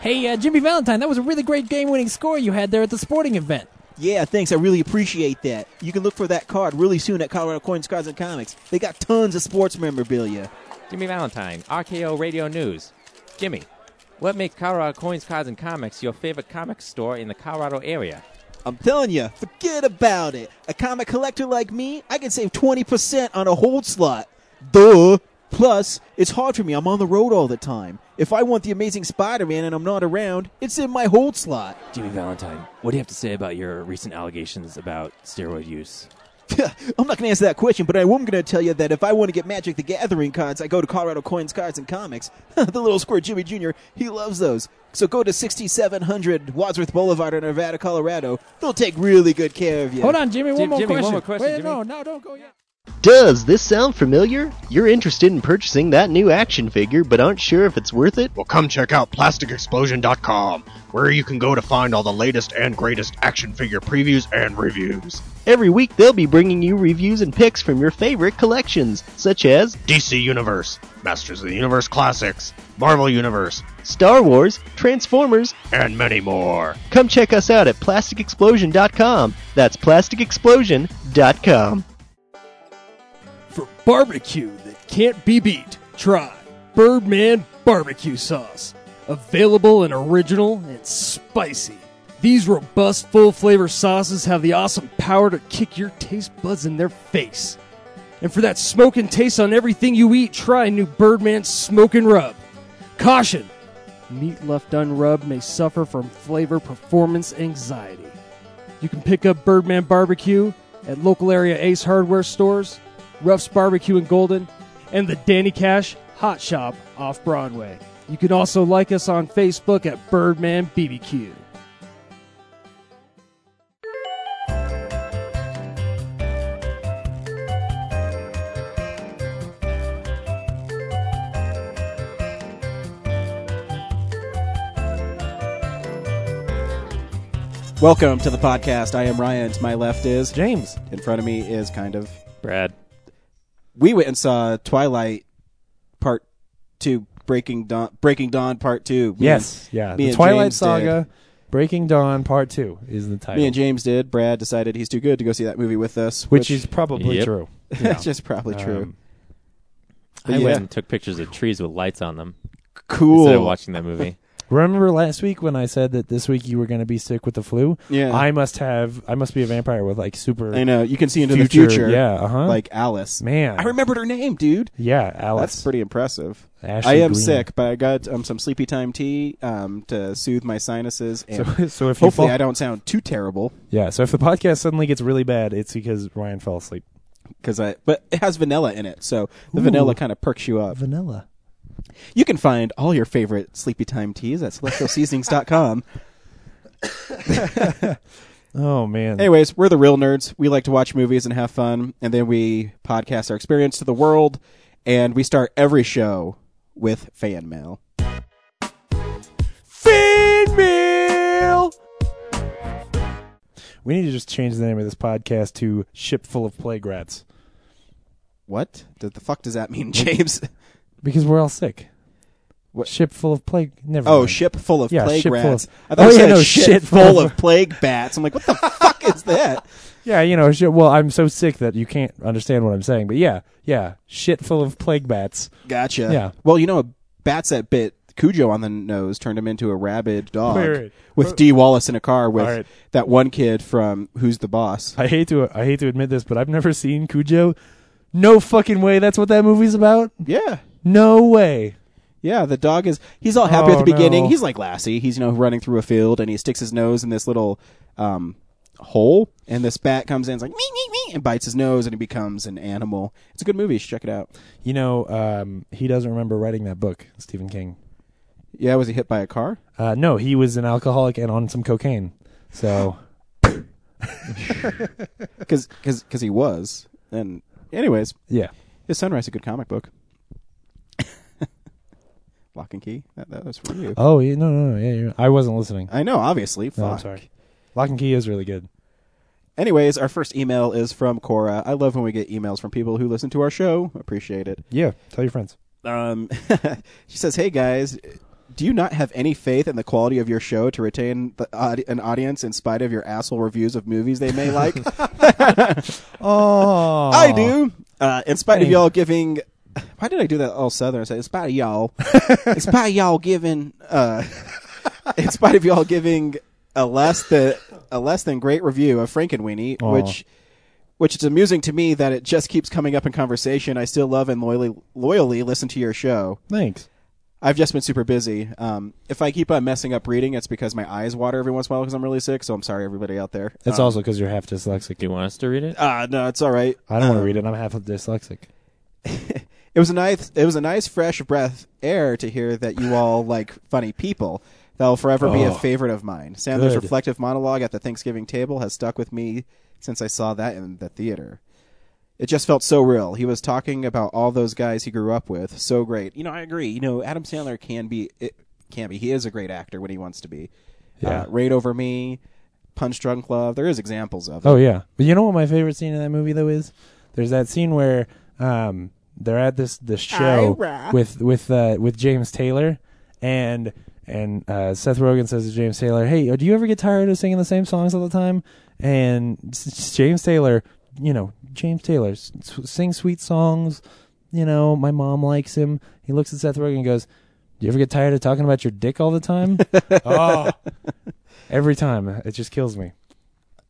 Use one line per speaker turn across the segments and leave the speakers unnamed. Hey, uh, Jimmy Valentine, that was a really great game winning score you had there at the sporting event.
Yeah, thanks. I really appreciate that. You can look for that card really soon at Colorado Coins, Cards, and Comics. They got tons of sports memorabilia.
Jimmy Valentine, RKO Radio News. Jimmy, what makes Colorado Coins, Cards, and Comics your favorite comic store in the Colorado area?
I'm telling you, forget about it. A comic collector like me, I can save 20% on a hold slot. Duh. Plus, it's hard for me. I'm on the road all the time. If I want the amazing Spider Man and I'm not around, it's in my hold slot.
Jimmy Valentine, what do you have to say about your recent allegations about steroid use?
I'm not going to answer that question, but I am going to tell you that if I want to get Magic the Gathering cards, I go to Colorado Coins Cards and Comics. the little square Jimmy Jr., he loves those. So go to 6700 Wadsworth Boulevard in Nevada, Colorado. They'll take really good care of you.
Hold on, Jimmy, one,
Jim-
more,
Jimmy,
question.
one more question,
Wait,
Jimmy.
no, no, don't go yet.
Does this sound familiar? You're interested in purchasing that new action figure but aren't sure if it's worth it?
Well, come check out plasticexplosion.com, where you can go to find all the latest and greatest action figure previews and reviews.
Every week they'll be bringing you reviews and picks from your favorite collections, such as
DC Universe, Masters of the Universe Classics, Marvel Universe,
Star Wars, Transformers.
and many more.
Come check us out at plasticexplosion.com. That's plasticexplosion.com.
For barbecue that can't be beat, try Birdman Barbecue Sauce. Available and original and spicy. These robust, full flavor sauces have the awesome power to kick your taste buds in their face. And for that smoking taste on everything you eat, try new Birdman Smoke and Rub. Caution! Meat left unrubbed may suffer from flavor performance anxiety. You can pick up Birdman Barbecue at local area Ace Hardware stores, Ruff's Barbecue in Golden, and the Danny Cash Hot Shop off Broadway. You can also like us on Facebook at Birdman BBQ.
Welcome to the podcast. I am Ryan. To my left is.
James.
In front of me is kind of.
Brad.
We went and saw Twilight Part 2, Breaking Dawn, Breaking Dawn Part 2. Me
Yes,
and-
yeah.
me
The
and
Twilight
James did.
Saga, Breaking Dawn Part Two is the title,
Me and James did. Brad decided he's too good to go see that movie with us,
which, is probably
Yep.
true.
that's just probably true.
Um,
But
I
yeah.
went and took pictures of trees with lights on them
cool.
instead of watching that movie.
Remember last week when I said that this week you were going to be sick with the flu?
Yeah.
I must have. I must be a vampire with like super.
I know you can see into
Future,
the future.
yeah, uh-huh.
Like Alice.
Man.
I remembered her name, dude. Oh,
Yeah, Alice.
That's pretty impressive.
Ashley
I am
Greene.
sick, but I got um, some sleepy time tea um, to soothe my sinuses, and
So, so if you
hopefully
fall,
I don't sound too terrible.
yeah. So if the podcast suddenly gets really bad, it's because Ryan fell asleep.
Because I, but it has vanilla in it, so the vanilla kind of perks you up.
Vanilla.
You can find all your favorite sleepy time teas at celestialseasonings.com.
Oh man.
Anyways, we're the real nerds. We like to watch movies and have fun, and then we podcast our experience to the world, and we start every show with fan mail.
Feed meal. We need to just change the name of this podcast to "Ship Full of Plague Rats"
What? Did the fuck does that mean, James?
because we're all sick.
What-
Ship full of plague. Never.
Oh,
mind.
ship full of
Yeah,
plague
ship full
rats.
of-
I thought
Oh,
you
yeah,
said
no,
shit,
shit
full
full
of plague bats. I'm like, what the fuck is that?
Yeah, you know. Shit, well, I'm so sick that you can't understand what I'm saying. But yeah, yeah. Shit full of plague bats.
Gotcha.
Yeah.
Well, you know, a bats that bit Cujo on the nose turned him into a rabid dog
Wait, wait.
with D. Wallace in a car with
All right.
that one kid from Who's the Boss.
I hate to. I hate to admit this, but I've never seen Cujo. No fucking way. That's what that movie's about.
Yeah.
No way.
Yeah, the dog is. He's all happy at
Oh,
the beginning.
no.
He's like Lassie. He's you know running through a field and he sticks his nose in this little um, hole, and this bat comes in, it's like me me me, and bites his nose, and he becomes an animal. It's a good movie. You should check it out.
You know, um, he doesn't remember writing that book, Stephen King.
Yeah, was he hit by a car?
Uh, no, he was an alcoholic and on some cocaine. So
because because he was. And anyways,
yeah,
his Sunrise a good comic book. Lock and key. That, that was for you.
Oh yeah, no, no, no, yeah, yeah. I wasn't listening.
I know, obviously.
No,
Fuck.
I'm sorry. Lock and Key is really good.
Anyways, our first email is from Cora. I love when we get emails from people who listen to our show. Appreciate it.
Yeah, tell your friends.
Um, she says, "Hey guys, Do you not have any faith in the quality of your show to retain the, audi an audience in spite of your asshole reviews of movies they may like?
Oh,
I do. Uh, in spite of y'all giving. Why did I do that all southern? I said, in spite of y'all. in spite of y'all giving. Uh, in spite of y'all giving a less than a less than great review of Frankenweenie,
Aw.
which which is amusing to me that it just keeps coming up in conversation. I still love and loyally loyally listen to your show.
Thanks.
I've just been super busy. Um, if I keep on messing up reading, it's because my eyes water every once in a while because I'm really sick. So I'm sorry, everybody out there.
It's
um,
also because you're half dyslexic. Uh,
Do you want us to read it?
uh, no, it's all right.
I don't want
Um,
to read it. I'm half dyslexic.
It was a nice, it was a nice fresh breath air to hear that you all like funny people. That will forever be a favorite of mine. Sandler's
Oh. Good.
reflective monologue at the Thanksgiving table has stuck with me since I saw that in the theater. It just felt so real. He was talking about all those guys he grew up with. So great. You know, I agree. You know, Adam Sandler can be, it can be. He is a great actor when he wants to be.
Yeah.
Uh, Raid over me, Punch Drunk Love. There is examples of it.
Oh yeah, but you know what my favorite scene in that movie though is? There's that scene where um, they're at this this show with with uh, with James Taylor, and and uh, Seth Rogen says to James Taylor, "Hey, uh, do you ever get tired of singing the same songs all the time?" And s- s- James Taylor, you know, James Taylor s- s- sing sweet songs. You know, my mom likes him. He looks at Seth Rogen and goes, "Do you ever get tired of talking about your dick all the time?" oh, every time it just kills me.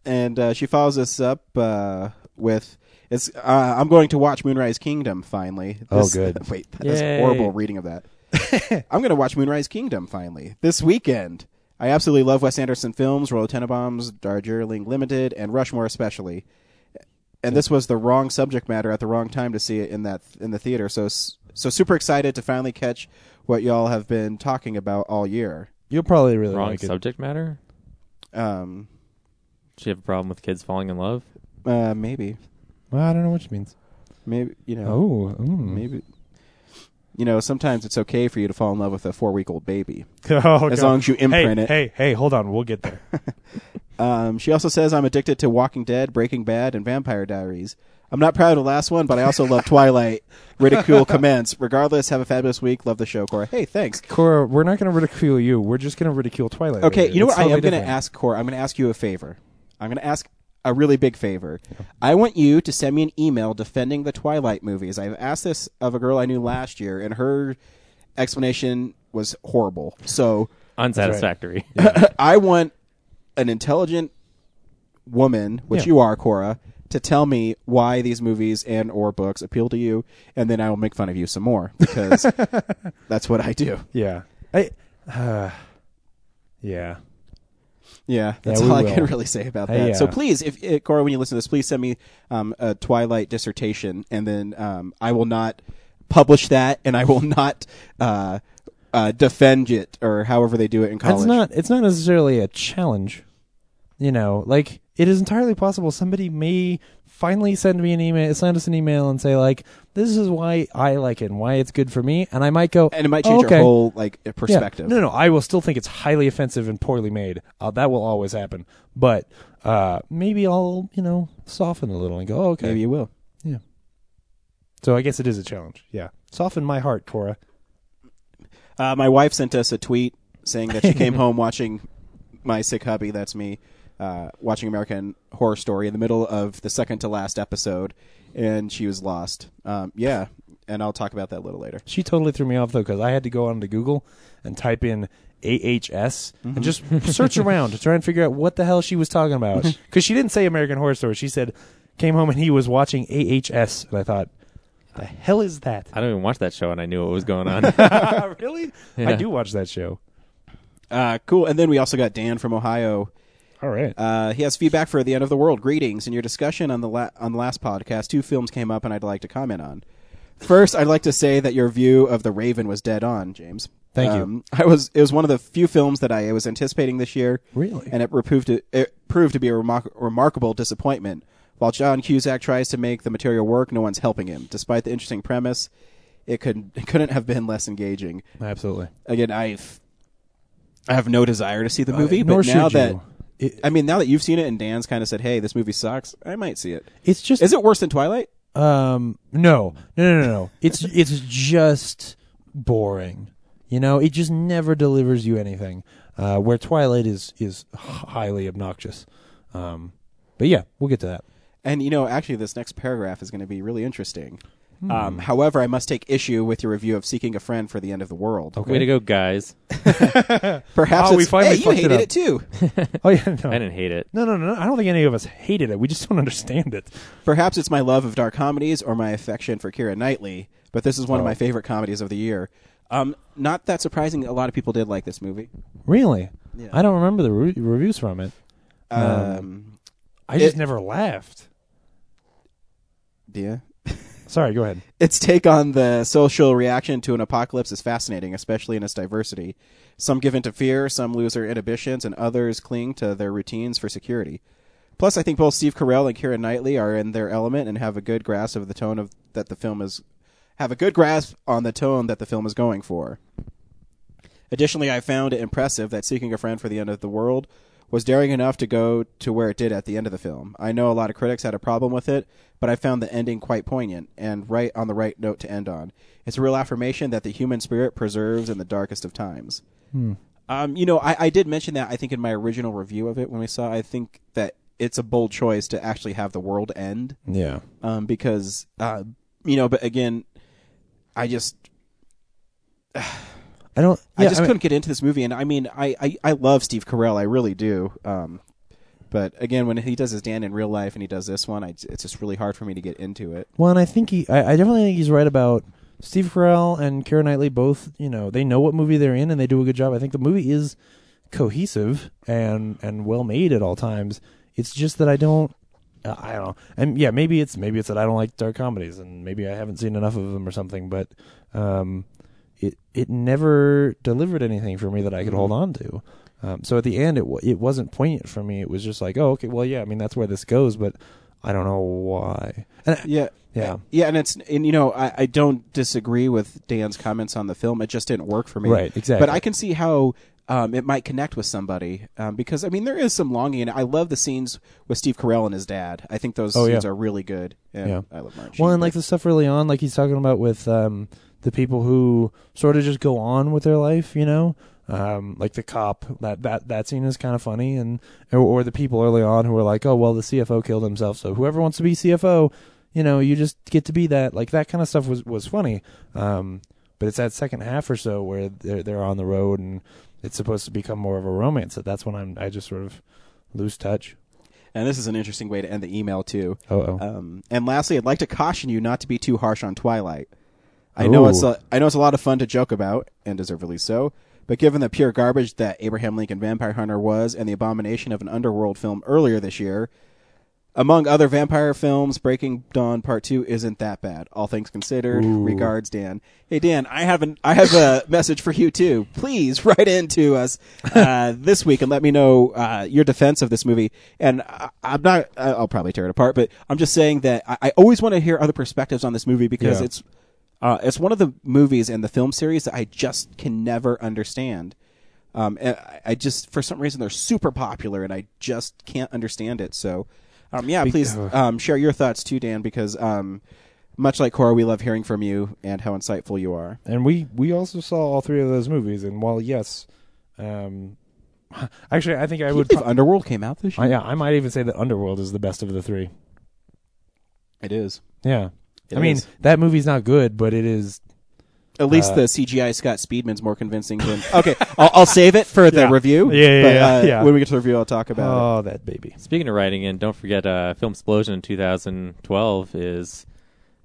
and uh, she follows this up uh, with it's uh, I'm going to watch Moonrise Kingdom finally.
Oh,
This-
good.
Wait, that's
Yay.
horrible reading of that. I'm going to watch Moonrise Kingdom finally this weekend. I absolutely love Wes Anderson films, Royal Tenenbaums, Darjeeling Limited, and Rushmore especially. And this was the wrong subject matter at the wrong time to see it in that in the theater. So s- so super excited to finally catch what y'all have been talking about all year.
You'll probably really
Wrong
like it.
subject matter?
Um,
Do you have a problem with kids falling in love?
uh, maybe
Well, I don't know what she means.
maybe you know.
Oh, mm.
Maybe. You know, sometimes it's okay for you to fall in love with a four week old baby.
Oh,
As
God.
long as you imprint
hey,
it.
Hey, hey, hold on. We'll get there.
Um, she also says, I'm addicted to Walking Dead, Breaking Bad, and Vampire Diaries. I'm not proud of the last one, but I also love Twilight. Ridicule commence. Regardless, have a fabulous week. Love the show, Cora. Hey, thanks.
Cora, we're not going to ridicule you. We're just going to ridicule Twilight.
Okay,
later.
you know
It's
what? I am
totally
going to
different.
ask Cora. I'm going to ask you a favor. I'm going to ask a really big favor. I want you to send me an email defending the Twilight movies. I've asked this of a girl I knew last year, and her explanation was horrible. So
Unsatisfactory.
I want an intelligent woman, which
Yeah.
you are, Cora, to tell me why these movies and or books appeal to you, and then I will make fun of you some more because that's what I do.
Yeah. I, uh, yeah.
Yeah, that's
we
all I
will.
can really say about
Hey,
that. So
yeah.
please, if uh, Cora, when you listen to this, please send me um, a Twilight dissertation, and then um, I will not publish that, and I will not. Uh, uh, defend it, or however they do it in college.
uh, It's not. It's not necessarily a challenge. You know, like it is entirely possible somebody may finally send me an email, send us an email, and say like, "This is why I like it and why it's good for me," and I might go,
and it might change
Oh, okay.
your whole like
Yeah.
perspective.
No, no, I will still think it's highly offensive and poorly made. Uh, that will always happen. But uh, maybe I'll, you know, soften a little and go, oh, okay.
Maybe you will.
So I guess it is a challenge. Yeah. Soften my heart, Cora.
Uh, my wife sent us a tweet saying that she came home watching my sick hubby, that's me, uh, watching American Horror Story in the middle of the second to last episode, and she was lost. Um, yeah, and I'll talk about that a little later.
She totally threw me off, though, because I had to go onto Google and type in AHS and just search around to try and figure out what the hell she was talking about. Because she didn't say American Horror Story. She said, came home and he was watching AHS. And I thought, the hell is that?
I don't even watch that show, and I knew what was going on.
Ah, really?
Yeah.
I do watch that show.
Uh, cool. And then we also got Dan from Ohio.
All right.
Uh, he has feedback for the end of the world. Greetings. In your discussion on the la- on the last podcast, two films came up, and I'd like to comment on. First, I'd like to say that your view of The Raven was dead on, James. Um,
Thank you.
I was it was one of the few films that I was anticipating this year.
Really?
and it re- proved to, it proved to be a remar- remarkable disappointment. While John Cusack tries to make the material work, no one's helping him. Despite the interesting premise, it could it couldn't have been less engaging.
Absolutely.
Again, I've I have no desire to see the movie,
Uh, nor
but now
should you.
that
It-
I mean, now that you've seen it and Dan's kind of said, "Hey, this movie sucks," I might see it.
It's just
Is it worse than Twilight?
um no no no no no. it's it's just boring. You know, it just never delivers you anything. Uh, where Twilight is is highly obnoxious. Um, but yeah, we'll get to that.
And you know, actually, this next paragraph is going to be really interesting.
Hmm.
Um, however, I must take issue with your review of Seeking a Friend for the End of the World.
Way to go, guys.
Perhaps
Oh, we
it's-
finally
hey, you
fucked it
hated
up.
it, too.
Oh yeah, no.
I didn't hate it.
No, no, no, no. I don't think any of us hated it. We just don't understand it.
Perhaps it's my love of dark comedies or my affection for Kira Knightley, but this is one of
Oh.
my favorite comedies of the year. Um, not that surprising. A lot of people did like this movie.
Really? I don't remember the re- reviews from it.
Um,
I just
It-
never laughed.
yeah.
Sorry, go ahead.
Its take on the social reaction to an apocalypse is fascinating, especially in its diversity. Some give in to fear, some lose their inhibitions, and others cling to their routines for security. Plus, I think both Steve Carell and Kira Knightley are in their element and have a good grasp of the tone of that the film is have a good grasp on the tone that the film is going for. Additionally, I found it impressive that Seeking a Friend for the End of the World was daring enough to go to where it did at the end of the film. I know a lot of critics had a problem with it, but I found the ending quite poignant and right on the right note to end on. It's a real affirmation that the human spirit preserves in the darkest of times. Um, you know, I, I did mention that I think in my original review of it when we saw, I think that it's a bold choice to actually have the world end
Yeah.
um, because uh, you know. But again, I just
I don't.
I
yeah,
just
mean-
couldn't get into this movie, and I mean, I, I, I love Steve Carell, I really do. Um, but again, when he does his Dan in real life and he does this one, I, it's just really hard for me to get into it.
Well, and I think he, I, I definitely think he's right about Steve Carell and Keira Knightley. Both, you know, they know what movie they're in and they do a good job. I think the movie is cohesive and and well made at all times. It's just that I don't, uh, I don't know, and yeah, maybe it's maybe it's that I don't like dark comedies and maybe I haven't seen enough of them or something. But um, it it never delivered anything for me that I could hold on to. Um, so at the end, it w- it wasn't poignant for me. It was just like, oh, okay, well, yeah, I mean that's where this goes, but I don't know why. And I-
Yeah,
Yeah.
yeah, and it's and you know, I, I don't disagree with Dan's comments on the film. It just didn't work for me,
Right, exactly.
But I can see how. Um, it might connect with somebody um, because I mean there is some longing. and I love the scenes with Steve Carell and his dad. I think those
Oh, yeah.
scenes are really good. And
Yeah.
I love Martin.
Well,
Sheen.
and like the stuff early on, like he's talking about with um, the people who sort of just go on with their life, you know, um, like the cop. That that that scene is kind of funny, and or, or the people early on who are like, oh well, the CFO killed himself, so whoever wants to be CFO, you know, you just get to be that. Like that kind of stuff was was funny. Um, but it's that second half or so where they're they're on the road and it's supposed to become more of a romance. That that's when I'm I just sort of lose touch.
and this is an interesting way to end the email too.
Oh oh.
Um, and lastly, I'd like to caution you not to be too harsh on Twilight. I know
Ooh.
it's a, I know it's a lot of fun to joke about, and deservedly so. But given the pure garbage that Abraham Lincoln Vampire Hunter was, and the abomination of an underworld film earlier this year, among other vampire films, Breaking Dawn Part Two isn't that bad. All things considered, regards, Dan. Hey, Dan, I have an I have a message for you too. Please write in to us uh, this week and let me know uh, your defense of this movie. And I, I'm not. I- I'll probably tear it apart, but I'm just saying that I, I always want to hear other perspectives on this movie because
Yeah.
it's uh, it's one of the movies in the film series that I just can never understand. Um, and I- I just, for some reason, they're super popular, and I just can't understand it. So, um, yeah, please um, share your thoughts too, Dan, because um, much like Cora, we love hearing from you and how insightful you are.
and we we also saw all three of those movies and while yes um actually i think i would
If Underworld came out this year,
I, yeah i might even say that underworld is the best of the three
it is
yeah
It
i mean
is.
that movie's not good but it is
at least the CGI Scott Speedman's more convincing than. okay, I'll, I'll save it for the
Yeah.
review.
Yeah, yeah,
but,
yeah,
uh,
yeah.
When we get to the review, I'll talk about it.
oh that baby
Speaking of writing in, don't forget uh, Film Explosion in 2012 is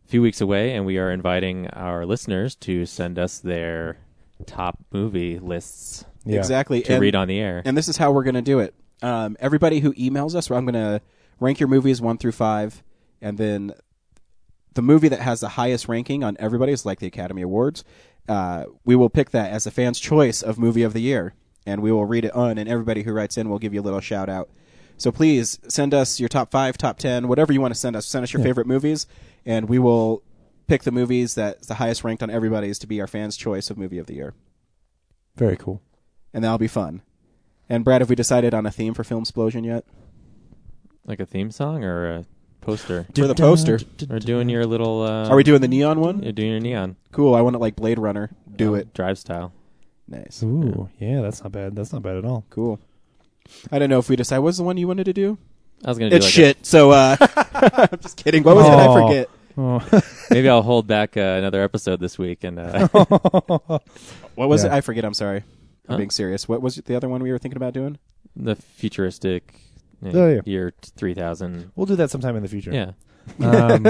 a few weeks away, and we are inviting our listeners to send us their top movie lists
yeah
Exactly.
to
and-
read on the air.
and this is how we're going to do it. Um, everybody who emails us, I'm going to rank your movies one through five, and then the movie that has the highest ranking on everybody's, like the Academy Awards, uh, we will pick that as the fans' choice of movie of the year, and we will read it on, and everybody who writes in will give you a little shout out. So please send us your top five, top ten, whatever you want to send us. Send us your favorite movies, and we will pick the movies that's the highest ranked on everybody's to be our fans' choice of movie of the year
very cool
and that'll be fun. And Brad, have we decided on a theme for Film Explosion yet?
like a theme song or a poster?
For the poster,
Or doing your little. Uh,
are we doing the neon one?
You're doing your neon.
Cool. I want it like Blade Runner. Do
um,
it.
Drive style.
Nice.
Ooh, yeah, that's not bad. That's not bad at all.
Cool. I don't know if we decide. What was the one you wanted to do?
I was gonna do
It's
like
shit. So uh, I'm just kidding. What was it? I
Oh.
forget.
Oh.
A, maybe I'll hold back uh, another episode this week and uh,
What was
Yeah.
it? I forget. I'm sorry. I'm
Huh?
being serious. What was the other one we were thinking about doing?
the futuristic you know,
Oh, yeah.
year three thousand.
we'll do that sometime in the future.
Yeah,
Um,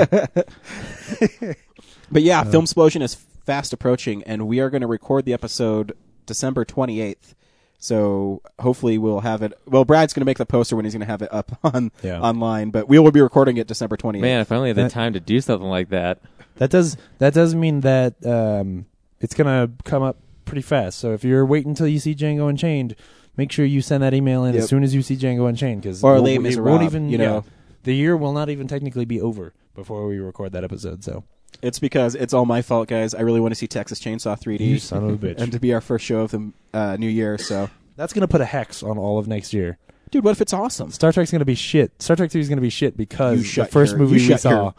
But yeah, Film Explosion is fast approaching, and we are going to record the episode December 28th. So hopefully we'll have it. Well, Brad's going to make the poster when he's going to have it up on
Yeah.
online, but we will be recording it December 28th.
man, if I only had the
That-
time to do something like that.
that does that does mean that um, it's gonna come up pretty fast. So if you're waiting until you see Django Unchained, make sure you send that email in
Yep.
as soon as you see Django Unchained because
Or Les Miserables,
even
you know.
yeah. the year will not even technically be over before we record that episode. So
It's because it's all my fault, guys. I really want to see Texas Chainsaw 3D.
you son of a bitch.
and to be our first show of the uh, new year, so.
That's gonna put a hex on all of next year.
Dude, what if it's awesome?
Star Trek's gonna be shit. Star Trek Three is gonna be shit because
You
the
shut
first
your-
movie we
you shut
saw.
your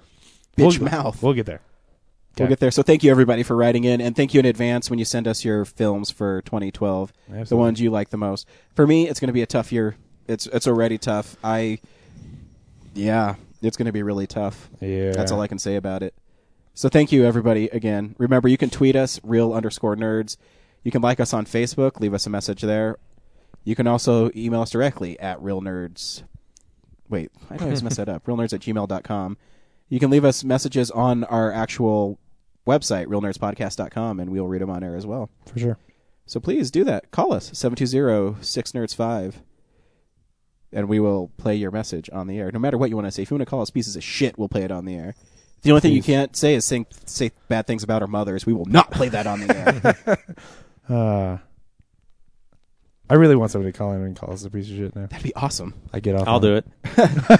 we'll,
bitch mouth.
We'll get there.
We'll
Okay.
get there. So thank you everybody for writing in, and thank you in advance when you send us your films for 2012, the
Absolutely.
ones you like the most. For me, it's going to be a tough year. It's it's already tough. I, yeah, it's going to be really tough.
Yeah.
that's all I can say about it. So thank you everybody again. Remember, you can tweet us real underscore nerds. You can like us on Facebook. Leave us a message there. You can also email us directly at real nerds wait, I always mess that up. Realnerds at gmail.com. You can leave us messages on our actual website, realnerdspodcast.com, and we'll read them on air as well.
for sure.
So please do that. Call us, 720-6nerds5, and we will play your message on the air. No matter what you want to say. If you want to call us pieces of shit, we'll play it on the air. The only thing you can't say is think, say bad things about our mothers. We will not play that on the air.
Uh, I really want somebody to call in and call us a piece of shit now.
That'd be awesome.
I get off.
I'll do it.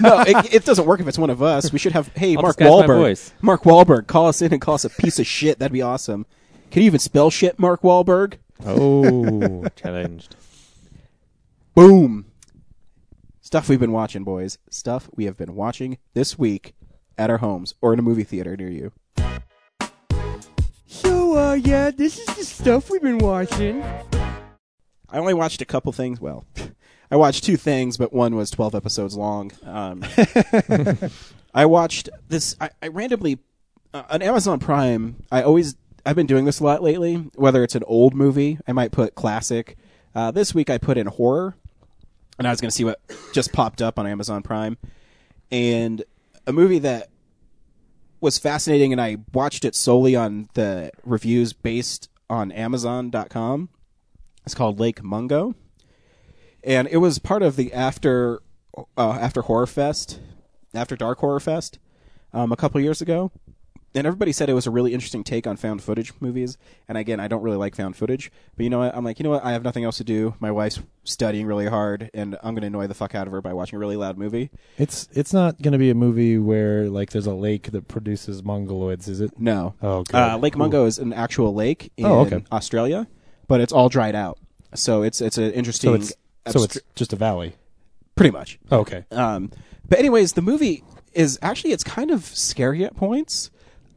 no, it, it doesn't work if it's one of us. We should have hey
I'll
Mark
disguise my
Wahlberg.
voice.
Mark Wahlberg, call us in and call us a piece of shit. That'd be awesome. Can you even spell shit, Mark Wahlberg?
Oh, challenged.
Boom. Stuff we've been watching, boys. Stuff we have been watching this week at our homes or in a movie theater near you.
So, uh, yeah, this is the stuff we've been watching.
I only watched a couple things. Well, I watched two things, but one was 12 episodes long. Um, I watched this. I, I randomly uh, on Amazon Prime. I always I've been doing this a lot lately. Whether it's an old movie, I might put classic. Uh, this week I put in horror, and I was going to see what just popped up on Amazon Prime, and a movie that was fascinating, and I watched it solely on the reviews based on Amazon.com. It's called Lake Mungo, and it was part of the after uh, after Horror Fest, after Dark Horror Fest, um, a couple years ago. And everybody said it was a really interesting take on found footage movies. And again, I don't really like found footage, but you know what? I'm like, you know what? I have nothing else to do. My wife's studying really hard, and I'm gonna annoy the fuck out of her by watching a really loud movie.
It's it's not going to be a movie where like there's a lake that produces mongoloids, is it?
No.
Oh, good.
Uh, lake
Cool.
Mungo is an actual lake in
Oh, okay.
Australia, but it's all dried out. So it's it's an
So
interesting.
it's so it's
abstra-
just a valley.
pretty much.
Okay.
Um, but anyways, the movie is actually it's kind of scary at points.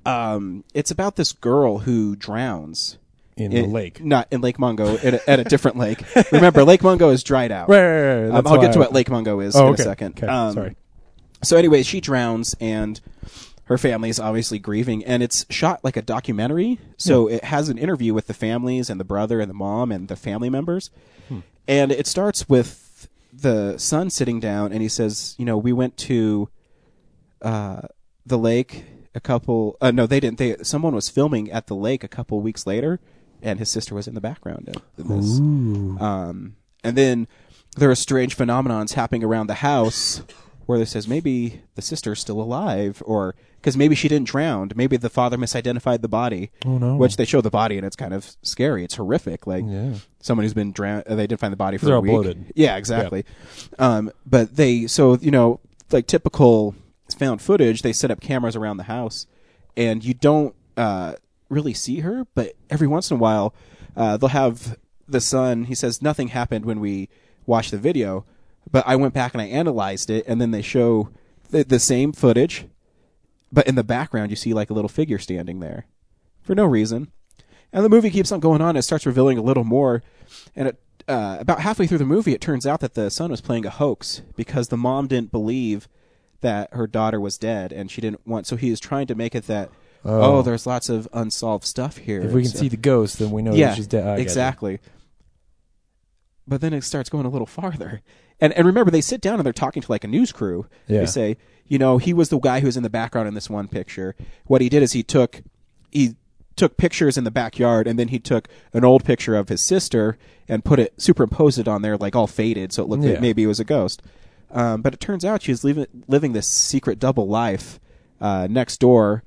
Um, it's about this girl who drowns
In the lake.
not in Lake Mungo, at a, at a different lake. Remember, Lake Mungo is dried out.
Right, right, right, right.
Um,
That's
I'll
why
get to
I-
what Lake Mungo is
Oh,
in
okay.
a second.
Okay,
Um,
sorry.
So, anyways, she drowns and her family is obviously grieving, and it's shot like a documentary. So it has an interview with the families and the brother and the mom and the family members,
Hmm.
and it starts with the son sitting down, and he says, "You know, we went to." uh, the lake a couple uh, no they didn't they someone was filming at the lake a couple weeks later and his sister was in the background of this um and then there are strange phenomenons happening around the house where they says maybe the sister's still alive or because maybe she didn't drown maybe the father misidentified the body oh
no.
which they show the body and it's kind of scary it's horrific like
Yeah.
someone who's been drowned they didn't find the body for
They're
a
all
week
bloated.
yeah, exactly. Um, but they so you know like typical found footage, they set up cameras around the house, and you don't uh, really see her. But every once in a while, uh, they'll have the son. He says nothing happened when we watched the video, but I went back and I analyzed it, and then they show the, the same footage, but in the background you see like a little figure standing there for no reason. And the movie keeps on going on. It starts revealing a little more. And it, uh, about halfway through the movie, it turns out that the son was playing a hoax because the mom didn't believe that her daughter was dead, and she didn't want. So he is trying to make it that. Oh,
Oh.
there's lots of unsolved stuff here.
If we can
So-
see the ghost, then we know
yeah,
that she's dead. I get it.
exactly. But then it starts going a little farther. And and remember, they sit down and they're talking to like a news crew.
Yeah.
They say, you know, he was the guy who was in the background in this one picture. What he did is he took he took pictures in the backyard and then he took an old picture of his sister and put it superimposed it on there like all faded so it looked
Yeah.
like maybe it was a ghost. Um, but it turns out she was leaving, living this secret double life uh, next door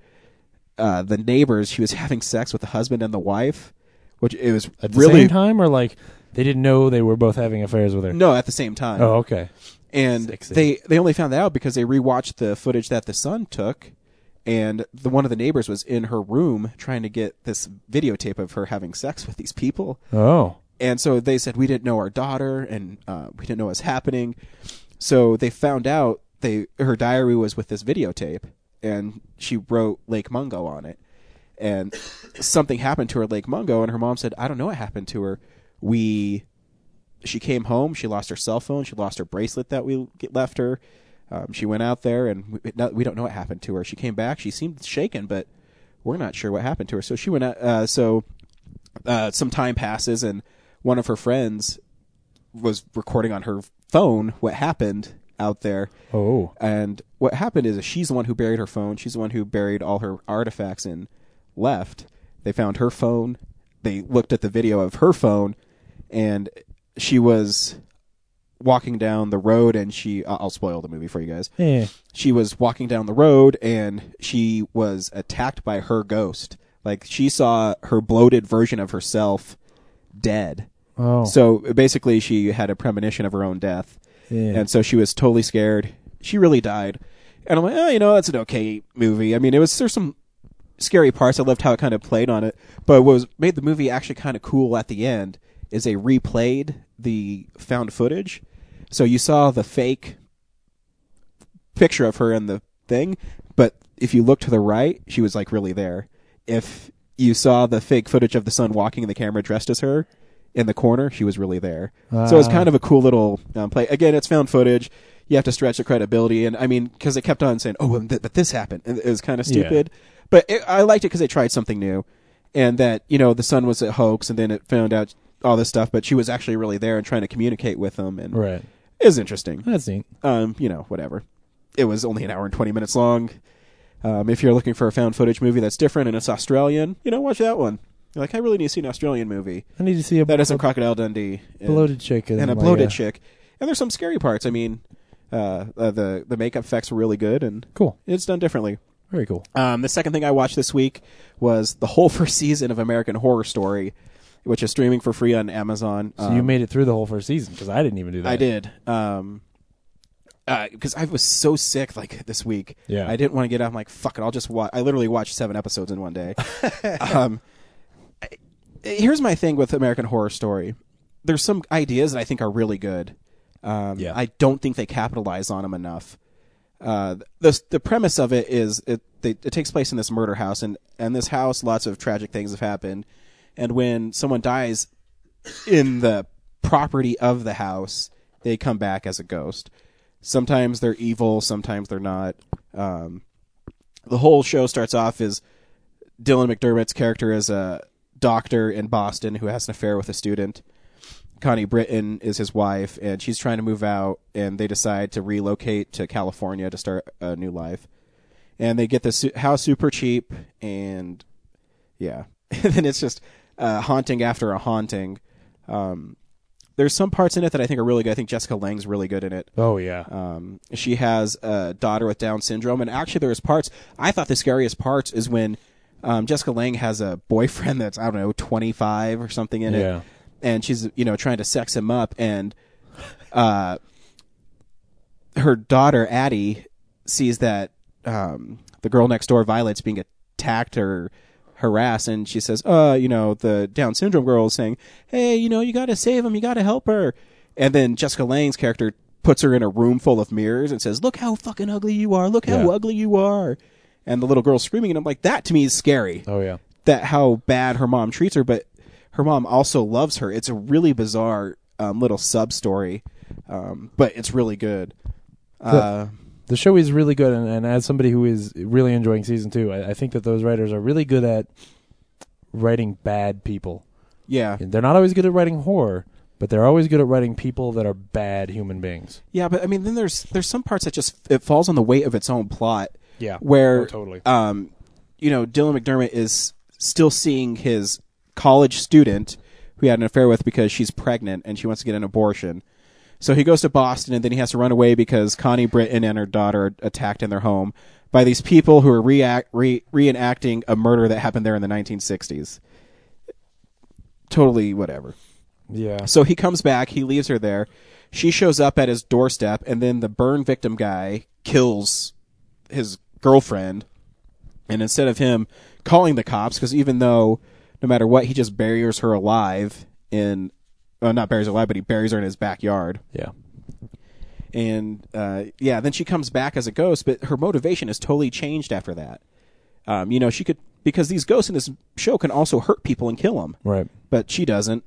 uh, the neighbors. She was having sex with the husband and the wife, which it was
At the
really
same time, or like they didn't know they were both having affairs with her.
no at the same time.
Oh, okay.
and
sexy.
they they only found that out because they rewatched the footage that the son took, and the one of the neighbors was in her room trying to get this videotape of her having sex with these people.
Oh,
And so they said, we didn't know our daughter and uh, we didn't know what was happening. So they found out they her diary was with this videotape and she wrote Lake Mungo on it. And something happened to her at Lake Mungo and her mom said, I don't know what happened to her. We she came home, she lost her cell phone, she lost her bracelet that we left her. Um, she went out there and we, no, we don't know what happened to her. She came back, she seemed shaken, but we're not sure what happened to her. So she went out, uh, so uh, some time passes and one of her friends was recording on her phone what happened out there.
Oh.
And what happened is she's the one who buried her phone. She's the one who buried all her artifacts and left. They found her phone. They looked at the video of her phone and she was walking down the road and she I- I'll spoil the movie for you guys.
yeah.
She was walking down the road and she was attacked by her ghost. Like she saw her bloated version of herself dead.
Oh,
So basically, she had a premonition of her own death,
Yeah.
and so she was totally scared. She really died, and I'm like, oh, you know, that's an okay movie. I mean, it was there's some scary parts. I loved how it kind of played on it, but what was made the movie actually kind of cool at the end is they replayed the found footage. So you saw the fake picture of her in the thing, but if you look to the right, she was like really there. If you saw the fake footage of the son walking in the camera dressed as her in the corner, she was really there. so it was
Ah.
kind of a cool little um, play. Again, it's found footage. You have to stretch the credibility, and I mean, because it kept on saying, "Oh, and th- but this happened," and it was kind of stupid. But it, I liked it because they tried something new, and that you know the son was a hoax, and then it found out all this stuff, but she was actually really there and trying to communicate with them, and
right.
it was interesting
That's neat.
um, you know, whatever. It was only an hour and 20 minutes long. Um, if you're looking for a found footage movie that's different and it's Australian, you know, watch that one. You're like, I really need to see an Australian movie
I need to see a,
that isn't
a
Crocodile Dundee and,
bloated chick uh,
and a
like
bloated chick. And there's some scary parts. I mean, uh, uh, the the makeup effects were really good and
Cool.
it's done differently.
Very cool.
Um, the second thing I watched this week was the whole first season of American Horror Story, which is streaming for free on Amazon.
So
Um,
you made it through the whole first season because I didn't even do that.
I did. Um, because I was so sick like this week.
Yeah.
I didn't want to get up. I'm like, fuck it. I'll just watch. I literally watched seven episodes in one day. um, I- here's my thing with American Horror Story. There's some ideas that I think are really good. Um,
Yeah.
I don't think they capitalize on them enough. Uh, the the premise of it is it they, it takes place in this murder house and and this house lots of tragic things have happened, and when someone dies, in the property of the house, they come back as a ghost. Sometimes they're evil, sometimes they're not. Um, the whole show starts off as Dylan McDermott's character is a doctor in Boston who has an affair with a student. Connie Britton is his wife, and she's trying to move out, and they decide to relocate to California to start a new life. And they get this su- house super cheap, and yeah. and then it's just uh, haunting after a haunting. Um, there's some parts in it that I think are really good. I think Jessica Lang's really good in it.
Oh yeah.
Um, she has a daughter with Down syndrome, and actually, there was parts I thought the scariest parts is when um, Jessica Lang has a boyfriend that's I don't know 25 or something in
Yeah.
it, and she's you know trying to sex him up, and uh, her daughter Addie sees that um, the girl next door Violet's being attacked or harassed, and she says, "Uh, you know, the Down syndrome girl is saying, hey, you know, you got to save him, you got to help her." And then Jessica Lang's character puts her in a room full of mirrors and says, "Look how fucking ugly you are! Look how
Yeah.
ugly you are!" And the little girl's screaming, and I'm like, "That to me is scary."
Oh yeah.
that how bad her mom treats her, but her mom also loves her. It's a really bizarre um, little sub story, um, but it's really good. Uh,
the show is really good, and, and as somebody who is really enjoying season two, I, I think that those writers are really good at writing bad people.
yeah,
And They're not always good at writing horror, but they're always good at writing people that are bad human beings.
yeah, but I mean, then there's there's some parts that just it falls on the weight of its own plot.
Yeah.
where
Oh, totally.
um, you know, Dylan McDermott is still seeing his college student who he had an affair with because she's pregnant and she wants to get an abortion. So he goes to Boston and then he has to run away because Connie Britton and her daughter are attacked in their home by these people who are react, re, reenacting a murder that happened there in the 1960s. Totally whatever.
Yeah.
So he comes back, he leaves her there. She shows up at his doorstep, and then the burn victim guy kills his girlfriend. And instead of him calling the cops, because even though no matter what, he just buries her alive in, well, not buries her alive, but he buries her in his backyard.
Yeah.
And uh, yeah, then she comes back as a ghost, but her motivation is totally changed after that. Um, you know, she could, because these ghosts in this show can also hurt people and kill them
Right.
but she doesn't.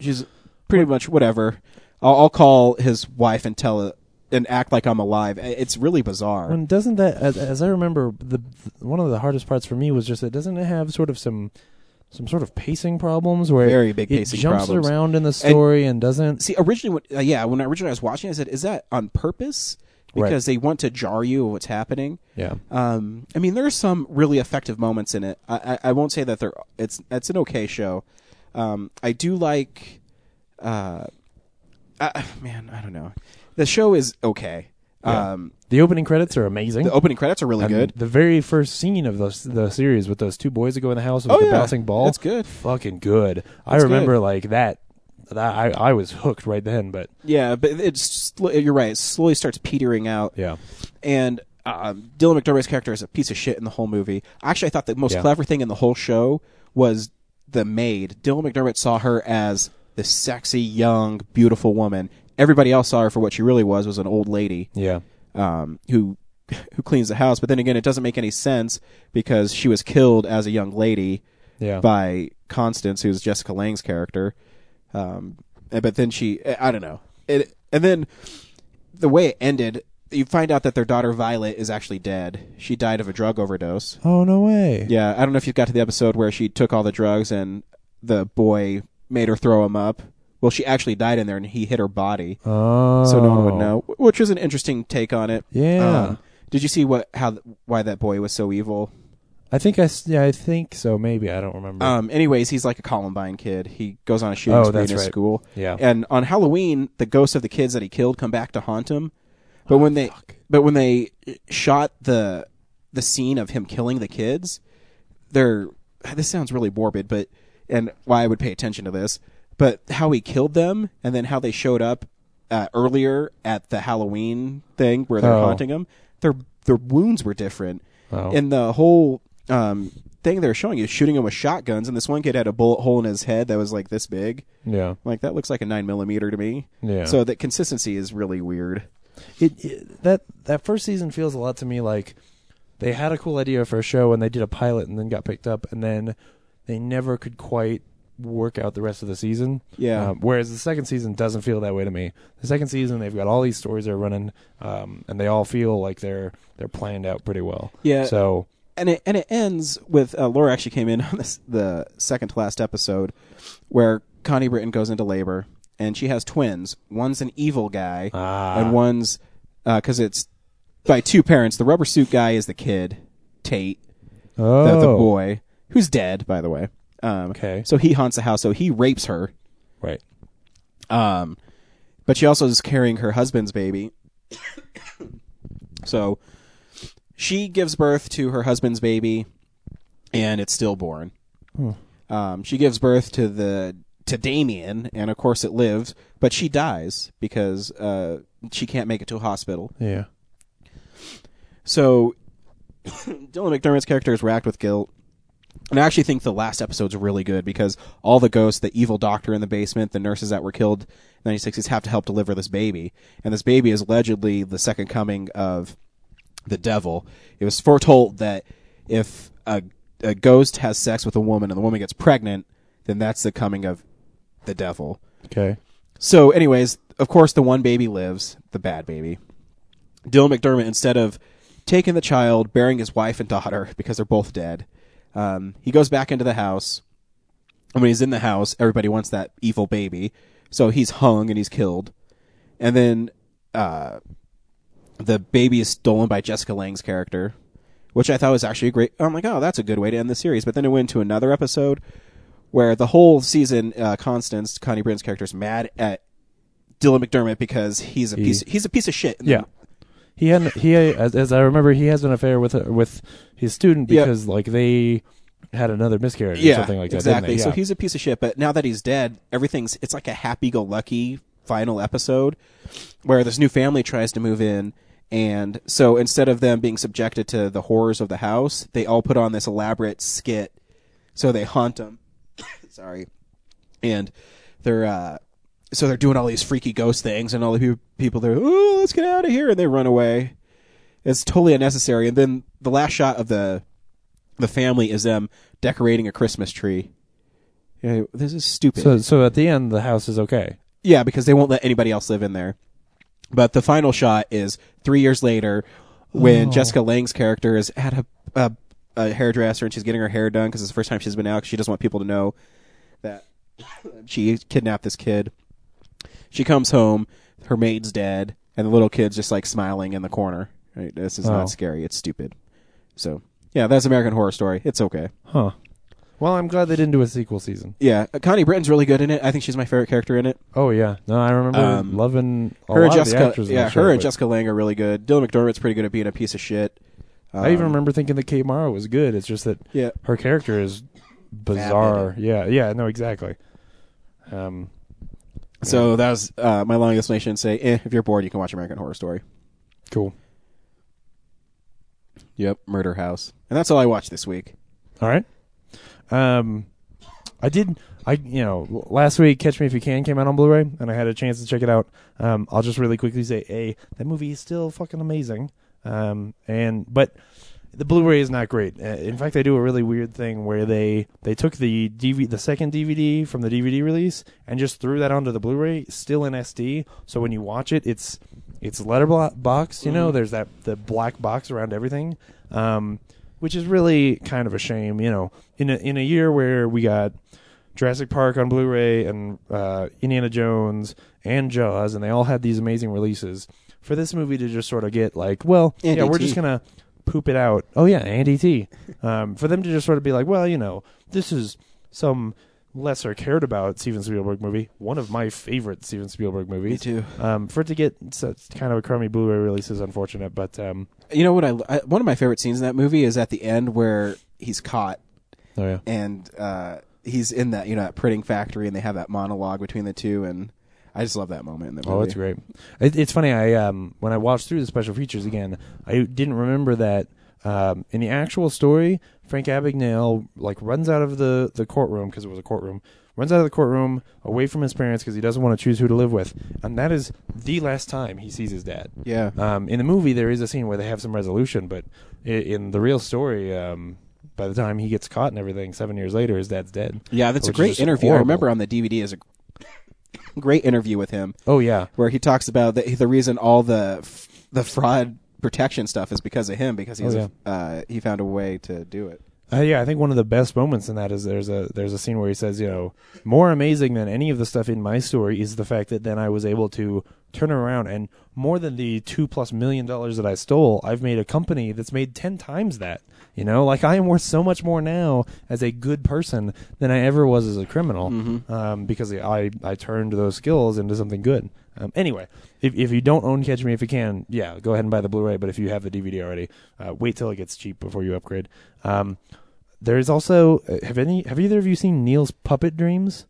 She's pretty much whatever. I'll, I'll call his wife and tell it and act like I'm alive. I- It's really bizarre.
And doesn't that, as, as I remember, the one of the hardest parts for me was just that doesn't it have sort of some some sort of pacing problems where
Very big
it
pacing
jumps
problems.
around in the story and, doesn't.
See, originally, when- uh, yeah, when I originally I was watching, I said, "Is that on purpose?"
Right.
Because they want to jar you of what's happening.
Yeah.
Um, I mean, there are some really effective moments in it. I, I, I won't say that they're it's it's an okay show. Um, I do like, uh, I, man, I don't know. The show is okay. Um,
The opening credits are amazing.
the opening credits are really
And
good.
The very first scene of the the series with those two boys that go in the house with
Oh,
the
yeah.
bouncing ball.
That's good.
Fucking good. I
That's
remember
good.
like that. that I I was hooked right then. But
Yeah, but it's sl- you're right. It slowly starts petering out.
yeah,
and um, Dylan McDermott's character is a piece of shit in the whole movie. Actually, I thought the most
Yeah.
clever thing in the whole show was the maid. Dylan McDermott saw her as the sexy, young, beautiful woman. Everybody else saw her for what she really was was an old lady
yeah,
um, who who cleans the house. But then again, it doesn't make any sense because she was killed as a young lady
yeah.
by Constance, who's Jessica Lang's character. Um, and- but then she, eh, I I don't know. It, and then the way it ended, you find out that their daughter Violet is actually dead. She died of a drug overdose.
oh no way.
Yeah, I don't know if you got to the episode where she took all the drugs and the boy made her throw him up. Well, she actually died in there, and he hit her body,
Oh,
so no one would know, wh- which is an interesting take on it. Um,
Yeah.
did you see what how th- why that boy was so evil?
I think I s- yeah I think so. Maybe I don't remember.
Um, anyways, he's like a Columbine kid. He goes on a shooting
Oh,
spree in
that's
his
right.
school.
Yeah.
And on Halloween, the ghosts of the kids that he killed come back to haunt him. But
Oh,
when they but when they shot the the scene of him killing the kids, they're this sounds really morbid, but and why I would pay attention to this, but how he killed them and then how they showed up uh, earlier at the Halloween thing where they're
Oh.
haunting him, their their wounds were different,
Oh.
and the whole um, thing they were showing you shooting him with shotguns, and this one kid had a bullet hole in his head that was like this big.
yeah.
Like that looks like a nine millimeter to me.
Yeah.
So that consistency is really weird.
It, it that that first season feels a lot to me like they had a cool idea for a show and they did a pilot and then got picked up and then they never could quite work out the rest of the season.
Yeah.
Um, whereas the second season doesn't feel that way to me. The second season they've got all these stories they're running um, and they all feel like they're they're planned out pretty well.
Yeah.
So
and it and it ends with uh, Laura actually came in on this the second to last episode where Connie Britton goes into labor and she has twins. One's an evil guy and one's because it's by two parents. The rubber suit guy is the kid Tate,
oh,
the, the boy who's dead by the way. Um,
Okay.
so he haunts the house. So he rapes her.
right.
Um, but she also is carrying her husband's baby. so she gives birth to her husband's baby, and it's stillborn.
Hmm.
Um, she gives birth to the to Damien, and of course it lives, but she dies because uh, she can't make it to a hospital.
Yeah.
So Dylan McDermott's character is racked with guilt. And I actually think the last episode's really good because all the ghosts, the evil doctor in the basement, the nurses that were killed in the 1960s have to help deliver this baby. And this baby is allegedly the second coming of the devil. It was foretold that if a a ghost has sex with a woman and the woman gets pregnant, then that's the coming of the devil.
Okay.
So, anyways, of course, the one baby lives, the bad baby. Dylan McDermott, instead of taking the child, burying his wife and daughter because they're both dead, um, he goes back into the house. And when he's in the house, everybody wants that evil baby, so he's hung and he's killed. And then uh, the baby is stolen by Jessica Lang's character, which I thought was actually a great. I'm like, oh, that's a good way to end the series. But then it went to another episode where the whole season, uh, Constance Connie Britton's character is mad at Dylan McDermott because he's a piece. He's a piece of shit. And
Yeah. He had he as, as I remember he has an affair with with his student
Yeah.
because like they had another miscarriage or
yeah,
something like that. didn't
Exactly.
they?
So
Yeah.
he's a piece of shit. But now that he's dead, everything's it's like a happy-go-lucky final episode where this new family tries to move in, and so instead of them being subjected to the horrors of the house, they all put on this elaborate skit. So they haunt him. Sorry, and they're uh, so they're doing all these freaky ghost things, and all the peop- people they're oh let's get out of here, and they run away. It's totally unnecessary. And then the last shot of the the family is them decorating a Christmas tree. Yeah, this is stupid.
so so at the end the house is okay.
yeah, because they won't let anybody else live in there. But the final shot is three years later when Jessica Lang's character is at a, a, a hairdresser and she's getting her hair done because it's the first time she's been out 'cause she doesn't want people to know that she kidnapped this kid. She comes home, her maid's dead, and the little kid's just like smiling in the corner. Right? This is
Oh.
not scary. It's stupid. So, yeah, that's American Horror Story. It's okay.
Huh. Well, I'm glad they didn't do a sequel season.
Yeah, uh, Connie Britton's really good in it. I think she's my favorite character in it.
Oh yeah. No, I remember
Um,
loving a
her
lot
and
of the
Jessica,
actors. in
yeah,
the
her
show,
and
but
Jessica Lang are really good. Dylan McDermott's pretty good at being a piece of shit.
I even
Um,
remember thinking that Kate Mara was good. It's just that
Yeah,
her character is bizarre. Yeah, yeah, no, exactly. Um,
so that was uh, my long explanation. Say, eh, if you're bored, you can watch American Horror Story.
cool.
Yep, Murder House, and that's all I watched this week.
All right. Um, I did. I you know last week Catch Me If You Can came out on Blu-ray, and I had a chance to check it out. Um, I'll just really quickly say, a that movie is still fucking amazing. Um, and but the Blu-ray is not great. Uh, in fact, they do a really weird thing where they they took the DV, the second DVD from the DVD release and just threw that onto the Blu-ray, still in SD. So when you watch it, it's it's letterbox. You know, there's that the black box around everything, um, which is really kind of a shame. You know, in a, in a year where we got Jurassic Park on Blu-ray and uh, Indiana Jones and Jaws, and they all had these amazing releases. For this movie to just sort of get like, well,
And
yeah, we're
E.T..
just gonna poop it out. Oh yeah, and ET. Um, for them to just sort of be like, well, you know, this is some lesser cared about Steven Spielberg movie, one of my favorite Steven Spielberg movies.
too.
Um, for it to get such kind of a crummy Blu-ray release is unfortunate, but um,
You know what? I, I one of my favorite scenes in that movie is at the end where he's caught
oh yeah,
and uh, he's in that you know that printing factory, and they have that monologue between the two, and I just love that moment in the movie.
Oh, it's great. It, it's funny. I um, when I watched through the special features again, I didn't remember that um, in the actual story, Frank Abagnale like runs out of the the courtroom because it was a courtroom. Runs out of the courtroom away from his parents because he doesn't want to choose who to live with, and that is the last time he sees his dad.
Yeah.
Um, in the movie, there is a scene where they have some resolution, but i in the real story, um, by the time he gets caught and everything, seven years later, his dad's dead.
Yeah, that's a
Which is
great
Oh, just
interview. I
horrible.
remember on the DVD is a great interview with him.
Oh yeah,
where he talks about the, the reason all the f- the fraud protection stuff is because of him because he's
Oh,
a, uh, he found a way to do it.
Uh, yeah, I think one of the best moments in that is there's a there's a scene where he says, you know, more amazing than any of the stuff in my story is the fact that then I was able to turn around and more than the two plus million dollars that I stole, I've made a company that's made ten times that. You know, like I am worth so much more now as a good person than I ever was as a criminal, um, because I I turned those skills into something good. Um, anyway, if if you don't own Catch Me If You Can, yeah, go ahead and buy the Blu-ray. But if you have the DVD already, uh, wait till it gets cheap before you upgrade. Um, there is also uh, have any have either of you seen Neil's Puppet Dreams?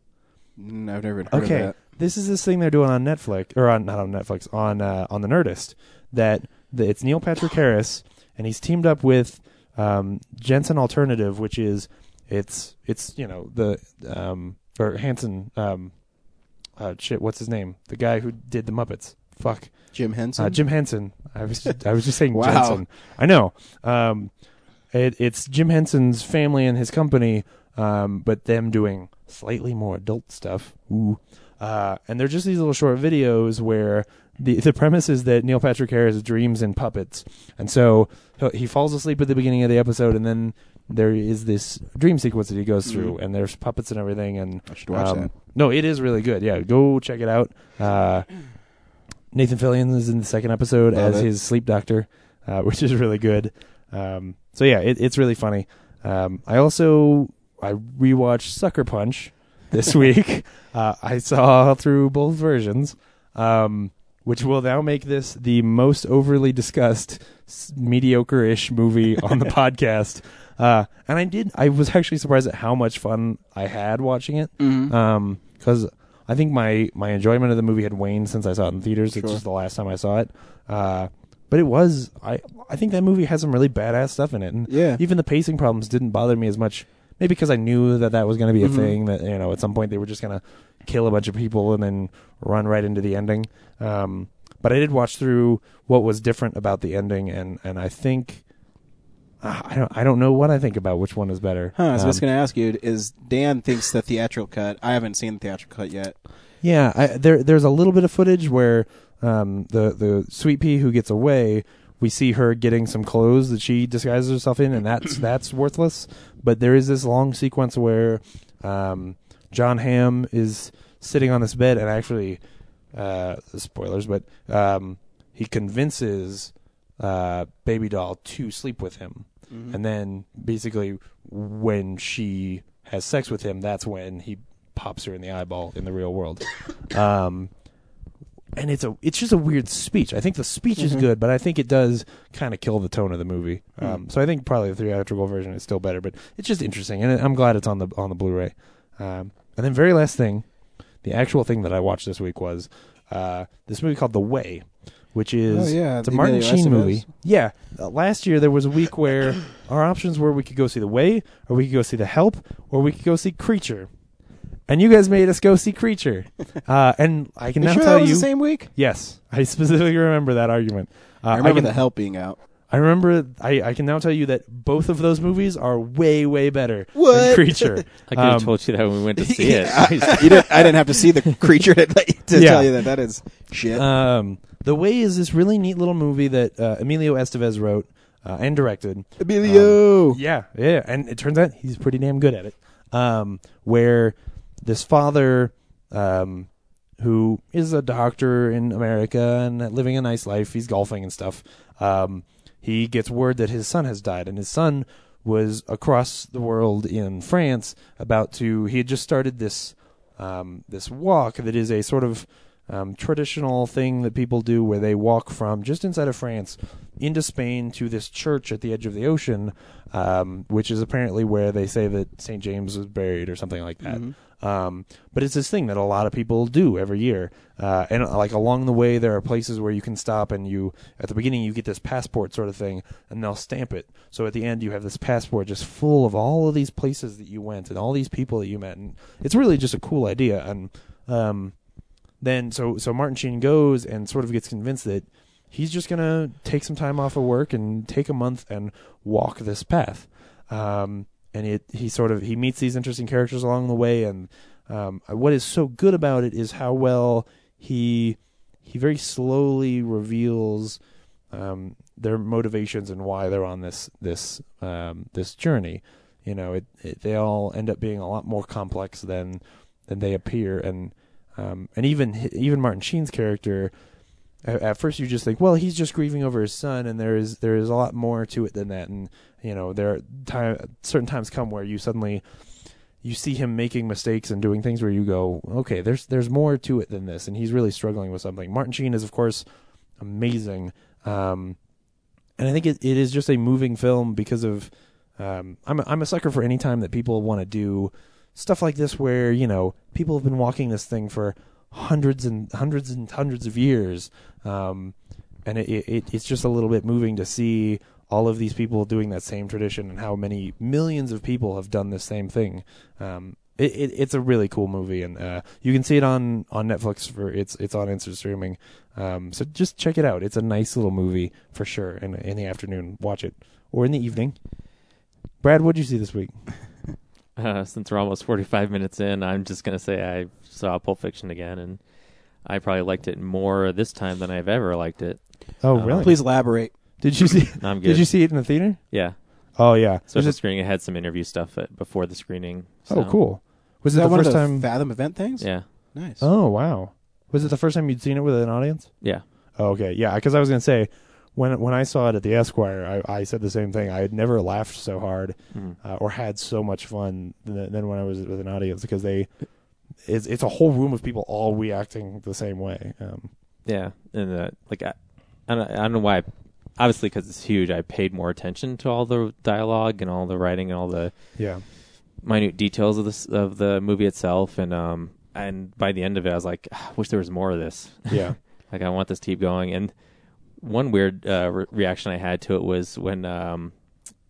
Mm, I've never even heard
Okay,
of
this is this thing they're doing on Netflix or on not on Netflix on uh, on the Nerdist that the, it's Neil Patrick Harris and he's teamed up with um, Jensen Alternative, which is it's it's you know the um, or Hanson um, uh, shit what's his name the guy who did the Muppets fuck
that. Jim Henson.
uh, Jim Henson. I was I was just saying
Wow.
Jensen. I know. Um, It, it's Jim Henson's family and his company, um, but them doing slightly more adult stuff. Ooh. Uh, and they're just these little short videos where the the premise is that Neil Patrick Harris dreams in puppets, and so he'll- he falls asleep at the beginning of the episode, and then there is this dream sequence that he goes through, and there's puppets and everything. And I
should watch that.
Um, No, it is really good. Yeah, go check it out. Uh, Nathan Fillion is in the second episode
Love
as
it.
his sleep doctor, uh, which is really good. Um, so yeah, it, it's really funny. Um, I also I rewatched Sucker Punch this week. uh, I saw through both versions, um, which will now make this the most overly discussed s- mediocre-ish movie on the podcast. Uh, and I did. I was actually surprised at how much fun I had watching it.
Mm-hmm.
Um, because I think my my enjoyment of the movie had waned since I saw it in theaters. It's just the last time I saw it. Uh, but it was I I think that movie has some really badass stuff in it, and
Yeah.
even the pacing problems didn't bother me as much. Maybe because I knew that that was going to be
Mm-hmm.
a thing that you know at some point they were just going to kill a bunch of people and then run right into the ending. Um, but I did watch through what was different about the ending, and and I think. ah, I don't. I don't know what I think about which one is better.
Huh, I was
Um,
just going to ask you: Is Dan thinks the theatrical cut? I haven't seen the theatrical cut yet.
Yeah, I, there there's a little bit of footage where um, the the sweet pea who gets away, we see her getting some clothes that she disguises herself in, and that's that's worthless. But there is this long sequence where um, John Hamm is sitting on this bed, and actually, uh, spoilers, but um, he convinces uh, Baby Doll to sleep with him, and then basically when she has sex with him, that's when he pops her in the eyeball in the real world. Um, and it's a it's just a weird speech. I think the speech
Mm-hmm.
is good, but I think it does kind of kill the tone of the movie.
Hmm.
Um, so I think probably the theatrical version is still better, but it's just interesting, and I'm glad it's on the on the Blu-ray. Um, and then very last thing, the actual thing that I watched this week was uh, this movie called The Way, which is
Oh, yeah,
it's a
the
Martin
Emilio
Sheen
Estevez.
movie. Yeah, uh, last year there was a week where our options were we could go see The Way, or we could go see The Help, or we could go see Creature. And you guys made us go see Creature. Uh, and I can now
sure
tell
that was
you,
the same week?
yes, I specifically remember that argument. Uh,
I remember
can,
the help being out.
I remember. I, I can now tell you that both of those movies are way way better than
What?
Creature.
I could have
Um,
told you that when we went to see it.
you didn't, I didn't have to see the creature to, to
Yeah.
tell you that that is shit.
Um, the Way is this really neat little movie that uh, Emilio Estevez wrote uh, and directed.
Emilio.
Yeah, yeah, and it turns out he's pretty damn good at it. Um, where this father, um, who is a doctor in America and living a nice life, he's golfing and stuff. Um, he gets word that his son has died, and his son was across the world in France, about to. He had just started this um, this walk that is a sort of um, traditional thing that people do where they walk from just inside of France into Spain to this church at the edge of the ocean, um, which is apparently where they say that St. James was buried or something like that. Um, but it's this thing that a lot of people do every year. Uh, and uh, like along the way, there are places where you can stop and you, at the beginning, you get this passport sort of thing and they'll stamp it. So at the end, you have this passport just full of all of these places that you went and all these people that you met. And it's really just a cool idea. And, um, then so so Martin Sheen goes and sort of gets convinced that he's just gonna take some time off of work and take a month and walk this path. Um, and it he sort of he meets these interesting characters along the way, and um, what is so good about it is how well he he very slowly reveals um, their motivations and why they're on this this um, this journey. You know, it, it they all end up being a lot more complex than than they appear, and um, and even even Martin Sheen's character. At, at first, you just think, well, he's just grieving over his son, and there is there is a lot more to it than that. And you know, there are time certain times come where you suddenly you see him making mistakes and doing things where you go, okay, there's there's more to it than this, and he's really struggling with something. Martin Sheen is, of course, amazing, um, and I think it, it is just a moving film because of um, I'm a, I'm a sucker for any time that people want to do stuff like this where you know people have been walking this thing for hundreds and hundreds and hundreds of years, um, and it, it it's just a little bit moving to see all of these people doing that same tradition and how many millions of people have done this same thing. Um, it, it, it's a really cool movie, and uh, you can see it on, on Netflix for it's it's on instant streaming. Um, so just check it out. It's a nice little movie for sure. And in the afternoon, watch it or in the evening. Brad, what'd you see this week?
Uh, since we're almost 45 minutes in, I'm just going to say I saw Pulp Fiction again, and I probably liked it more this time than I've ever liked it.
Oh,
Uh,
really?
Please elaborate.
Did you see?
I'm good.
Did you see it in the theater?
Yeah.
Oh yeah.
So
Was
the
it-
screening, it had some interview stuff uh, before the screening.
oh,
so-
cool. Was
Is
it
that
the
one
first
of the
time?
Fathom event things?
Yeah.
Nice.
Oh wow. Was it the first time you'd seen it with an audience?
Yeah.
Oh, okay, yeah. Because I was gonna say when when I saw it at the Esquire, I, I said the same thing. I had never laughed so hard
Hmm.
uh, or had so much fun than, than when I was with an audience because they it's it's a whole room of people all reacting the same way. Um,
Yeah, and uh, like I, I don't, I don't know why. Obviously, because it's huge, I paid more attention to all the dialogue and all the writing and all the
yeah.
minute details of this of the movie itself. And um, and by the end of it, I was like, "Ah, I wish there was more of this.
Yeah.
like I want this to keep going. And one weird uh, re- reaction I had to it was when um,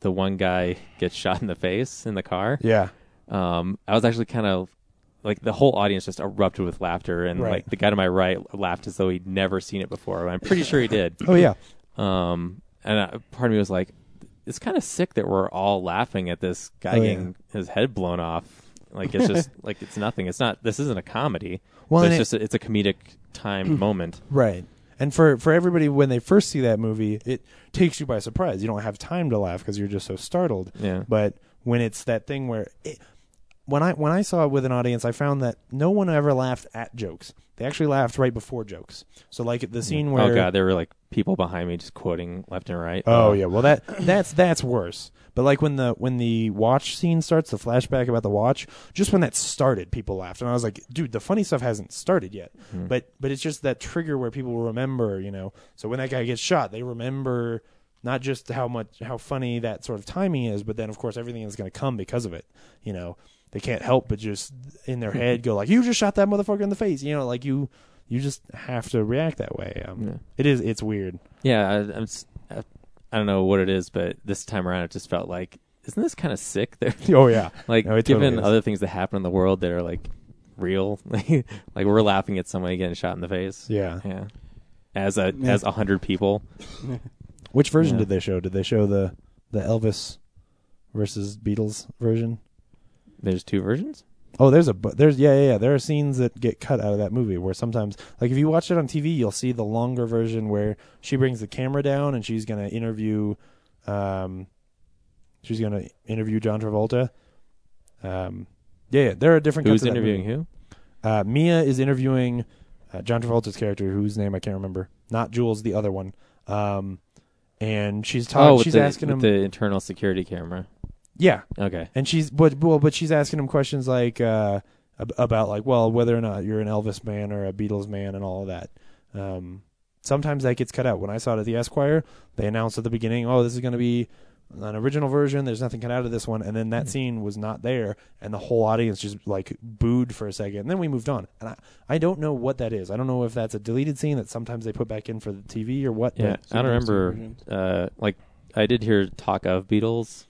the one guy gets shot in the face in the car.
Yeah.
Um, I was actually kind of like the whole audience just erupted with laughter, and
Right.
like the guy to my right laughed as though he'd never seen it before. I'm pretty sure he did.
Oh yeah.
Um, and I, part of me was like, it's kind of sick that we're all laughing at this guy
Oh, yeah.
getting his head blown off. Like it's just like it's nothing. It's not. This isn't a comedy.
Well,
Well,
and
it's
it-
just a, it's a comedic timed moment.
Right. And for for everybody when they first see that movie, it takes you by surprise. You don't have time to laugh because you're just so startled.
Yeah.
But when it's that thing where it, when I when I saw it with an audience, I found that no one ever laughed at jokes. They actually laughed right before jokes. So like the scene where
Oh god, there were like people behind me just quoting left and right.
Oh yeah, well that that's that's worse. But like when the when the watch scene starts, the flashback about the watch, just when that started, people laughed, and I was like, dude, the funny stuff hasn't started yet. But but it's just that trigger where people remember, you know. So when that guy gets shot, they remember not just how much how funny that sort of timing is, but then of course everything is going to come because of it, you know. They can't help but just in their head go like, "You just shot that motherfucker in the face," you know, like you you just have to react that way. Um, It is it's weird.
yeah. I, I'm. s- I, I don't know what it is, but this time around, it just felt like, isn't this kind of sick? There,
Oh yeah,
like
No, it
given
totally is.
other things that happen in the world that are like real, like we're laughing at somebody getting shot in the face.
Yeah.
yeah. As a as a hundred people,
Which version
Yeah.
did they show? Did they show the the Elvis versus Beatles version?
there's two versions.
Oh, there's a bu- there's yeah yeah yeah. There are scenes that get cut out of that movie where sometimes like if you watch it on TV, you'll see the longer version where she brings the camera down and she's gonna interview, um, she's gonna interview John Travolta. Um, yeah, yeah. There are different.
Who's
cuts of that
interviewing
movie.
who?
Uh, Mia is interviewing uh, John Travolta's character, whose name I can't remember. Not Jules, the other one. Um, and she's talking.
Oh, with
she's
the,
asking
with
him.
the internal security camera.
yeah,
Okay.
and she's but well, but she's asking him questions like uh, ab- about like well whether or not you're an Elvis man or a Beatles man and all of that. Um, sometimes that gets cut out. When I saw it at the Esquire, they announced at the beginning, "Oh, this is going to be an original version. There's nothing cut out of this one." And then that scene was not there, and the whole audience just like booed for a second. And then we moved on. And I, I don't know what that is. I don't know if that's a deleted scene that sometimes they put back in for the TV or what.
Yeah,
but-
I don't remember. Uh, like I did hear talk of Beatles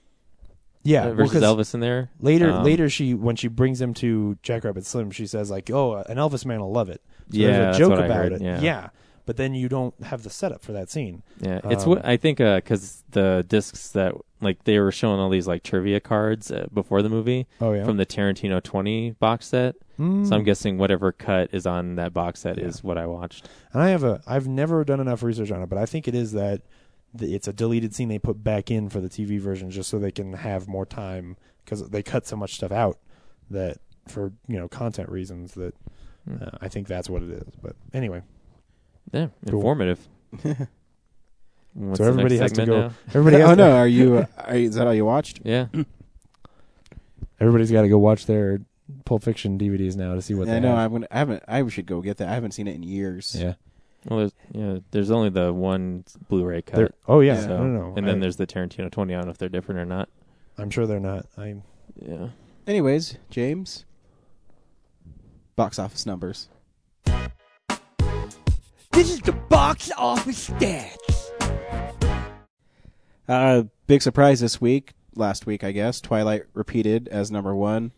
yeah,
uh,
well,
versus
'cause-
Elvis in there
Later,
Um,
later, she when she brings him to Jackrabbit Slim, she says like, "Oh, an Elvis man will love it." So
Yeah,
there's
that's
a joke
what I
about
heard,
it.
yeah.
but then you don't have the setup for that scene.
Yeah, it's
Um,
what I think because the discs that like they were showing all these like trivia cards uh, before the movie.
Oh, yeah?
from the Tarantino twenty box set. Hmm. So
Mm.
I'm guessing whatever cut is on that box set is what I watched.
And I have a I've never done enough research on it, but I think it is that th- it's a deleted scene they put back in for the TV version just so they can have more time because they cut so much stuff out that for you know content reasons that
Hmm.
uh, I think that's what it is. But anyway,
Yeah,
Cool.
informative.
so
What's the next
everybody has to
segment
go.
now?
Everybody, has
oh
to-
no, are
uh,
you? Are you- is that all you watched?
Yeah,
Everybody's got to go watch their Pulp Fiction DVDs now to see what
I
they
know.
have.
I'm gonna. I haven't. I should go get that. I haven't seen it in years.
yeah.
well, there's, yeah, there's only the one Blu-ray cut.
They're- oh yeah,
so-
no, no, no.
and then
I,
there's the Tarantino twenty. I don't know if they're different or not.
I'm sure they're not. I
Yeah.
Anyways, James. Box office numbers.
This is the box office stats.
Uh, big surprise this week. Last week, I guess. Twilight repeated as number one.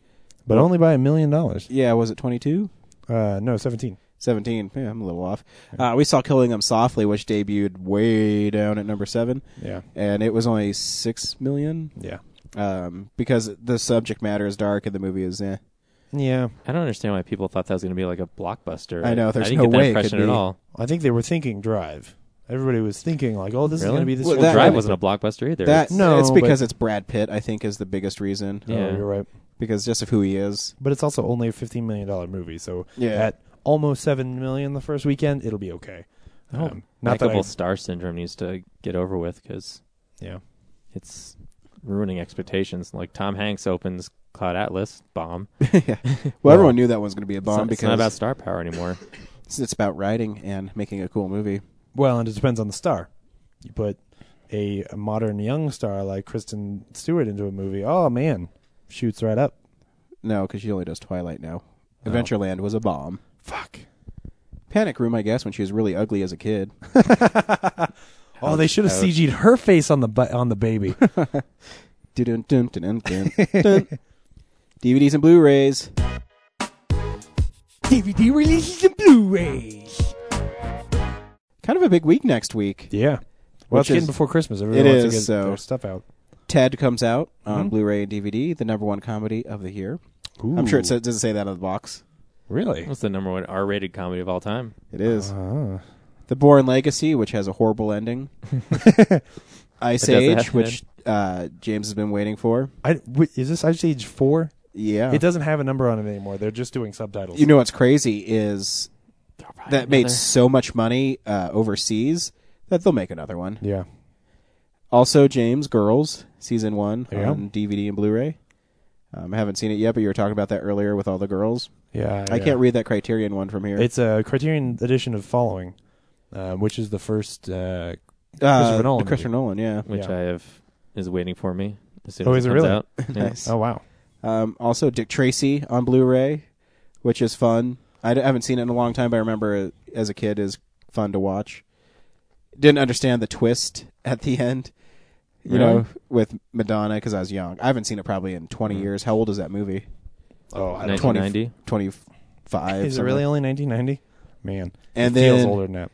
but only by a million dollars.
Yeah, was it twenty two?
Uh, no, seventeen.
17. Yeah, I'm a little off. Uh, we saw Killing Them Softly, which debuted way down at number seven,
Yeah,
and it was only six million.
yeah.
um, because the subject matter is dark and the movie is eh.
Yeah,
I don't understand why people thought that was going to be like a blockbuster.
I know, there's
I didn't
no
get that
way it could
impression at
be.
all.
I think they were thinking Drive. Everybody was thinking like, oh, this is
Really?
going to be this.
Well,
old
that-
Drive wasn't a blockbuster either.
That
No,
it's because
but-
it's Brad Pitt. I think is the biggest reason.
Oh,
Yeah.
you're right.
because just of who he is.
But it's also only a fifteen million dollar movie, so
Yeah.
at almost seven million the first weekend, it'll be okay.
Oh,
Um, not that I-
Likable star syndrome needs to get over with because
yeah.
it's ruining expectations. Like Tom Hanks opens Cloud Atlas, bomb.
Well, everyone knew that one was going to be a
It's
bomb
not- it's
because
not about star power anymore.
it's, it's about writing and making a cool movie.
Well, and it depends on the star. You put a, a modern young star like Kristen Stewart into a movie, oh man, shoots right up.
No, because she only does Twilight now.
Oh.
Adventureland was a bomb. Fuck. Panic Room, I guess, when she was really ugly as a kid.
Oh, they should have CG'd her face on the bu- on the baby.
Dun, dun, dun, dun, dun, dun. DVDs and Blu-rays.
DVD releases and Blu-rays.
Kind of a big week next week.
yeah. Well,
Which
it's getting
is-
before Christmas. Everyone
it
wants
is,
to get
so-
their stuff out.
Ted comes out on
Mhm.
Blu-ray and DVD, the number one comedy of the year. I'm sure it sa- doesn't say that on the box.
really.
What's the number one R-rated comedy of all time?
It is
Ah.
the Born Legacy, which has a horrible ending. Ice
It doesn't have
Age,
an
which uh, James has been waiting for.
I, wait, is this Ice Age four?
Yeah,
It doesn't have a number on it anymore. They're just doing subtitles.
You know what's crazy is that made
another.
so much money uh, overseas that they'll make another one.
yeah.
Also, James Girls season one
There you go.
on DVD and Blu-ray. Um, I haven't seen it yet, but you were talking about that earlier with all the girls.
Yeah.
I
yeah.
can't read that Criterion one from here.
It's a Criterion edition of Following, uh, which is the first. Uh,
uh,
Christopher Nolan
the Christopher Nolan, yeah.
Which
Yeah.
I have is waiting for me. As soon
Oh,
as
is it
it comes
really?
out. Yeah.
Nice.
oh wow.
Um, also, Dick Tracy on Blu-ray, which is fun. I d- haven't seen it in a long time, but I remember it as a kid is fun to watch. Didn't understand the twist at the end, you know,
Really?
with Madonna because I was young. I haven't seen it probably in 20
Mm.
years. How old is that movie?
Oh, I
1990.
25.
Is it
something.
really only 1990? Man,
And
it feels
then-
older than that.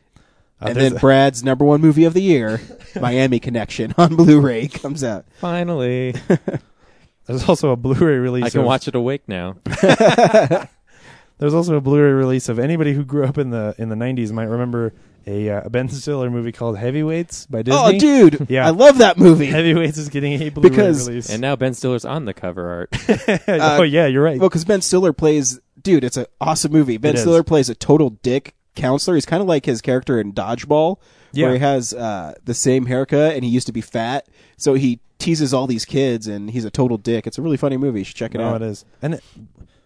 Uh,
And
there's
then Brad's number one movie of the year, Miami Connection, on Blu-ray comes out.
Finally,
a- there's also a Blu-ray release.
I can
of,
watch it awake now.
There's also a Blu-ray release of anybody who grew up in the in the 90s might remember a, uh, a Ben Stiller movie called Heavyweights by Disney.
Oh, dude,
Yeah.
I love that movie.
Heavyweights is getting a Blu-ray
Because-
release.
And uh, now Ben Stiller's on the cover art.
oh yeah, you're right.
Well, because Ben Stiller plays, dude, it's an awesome movie. Ben
It is.
Stiller plays a total dick counselor. He's kind of like his character in Dodgeball,
Yeah.
where he has uh, the same haircut and he used to be fat, so he teases all these kids and he's a total dick. It's a really funny movie. You should check it
no,
out.
it is. And it-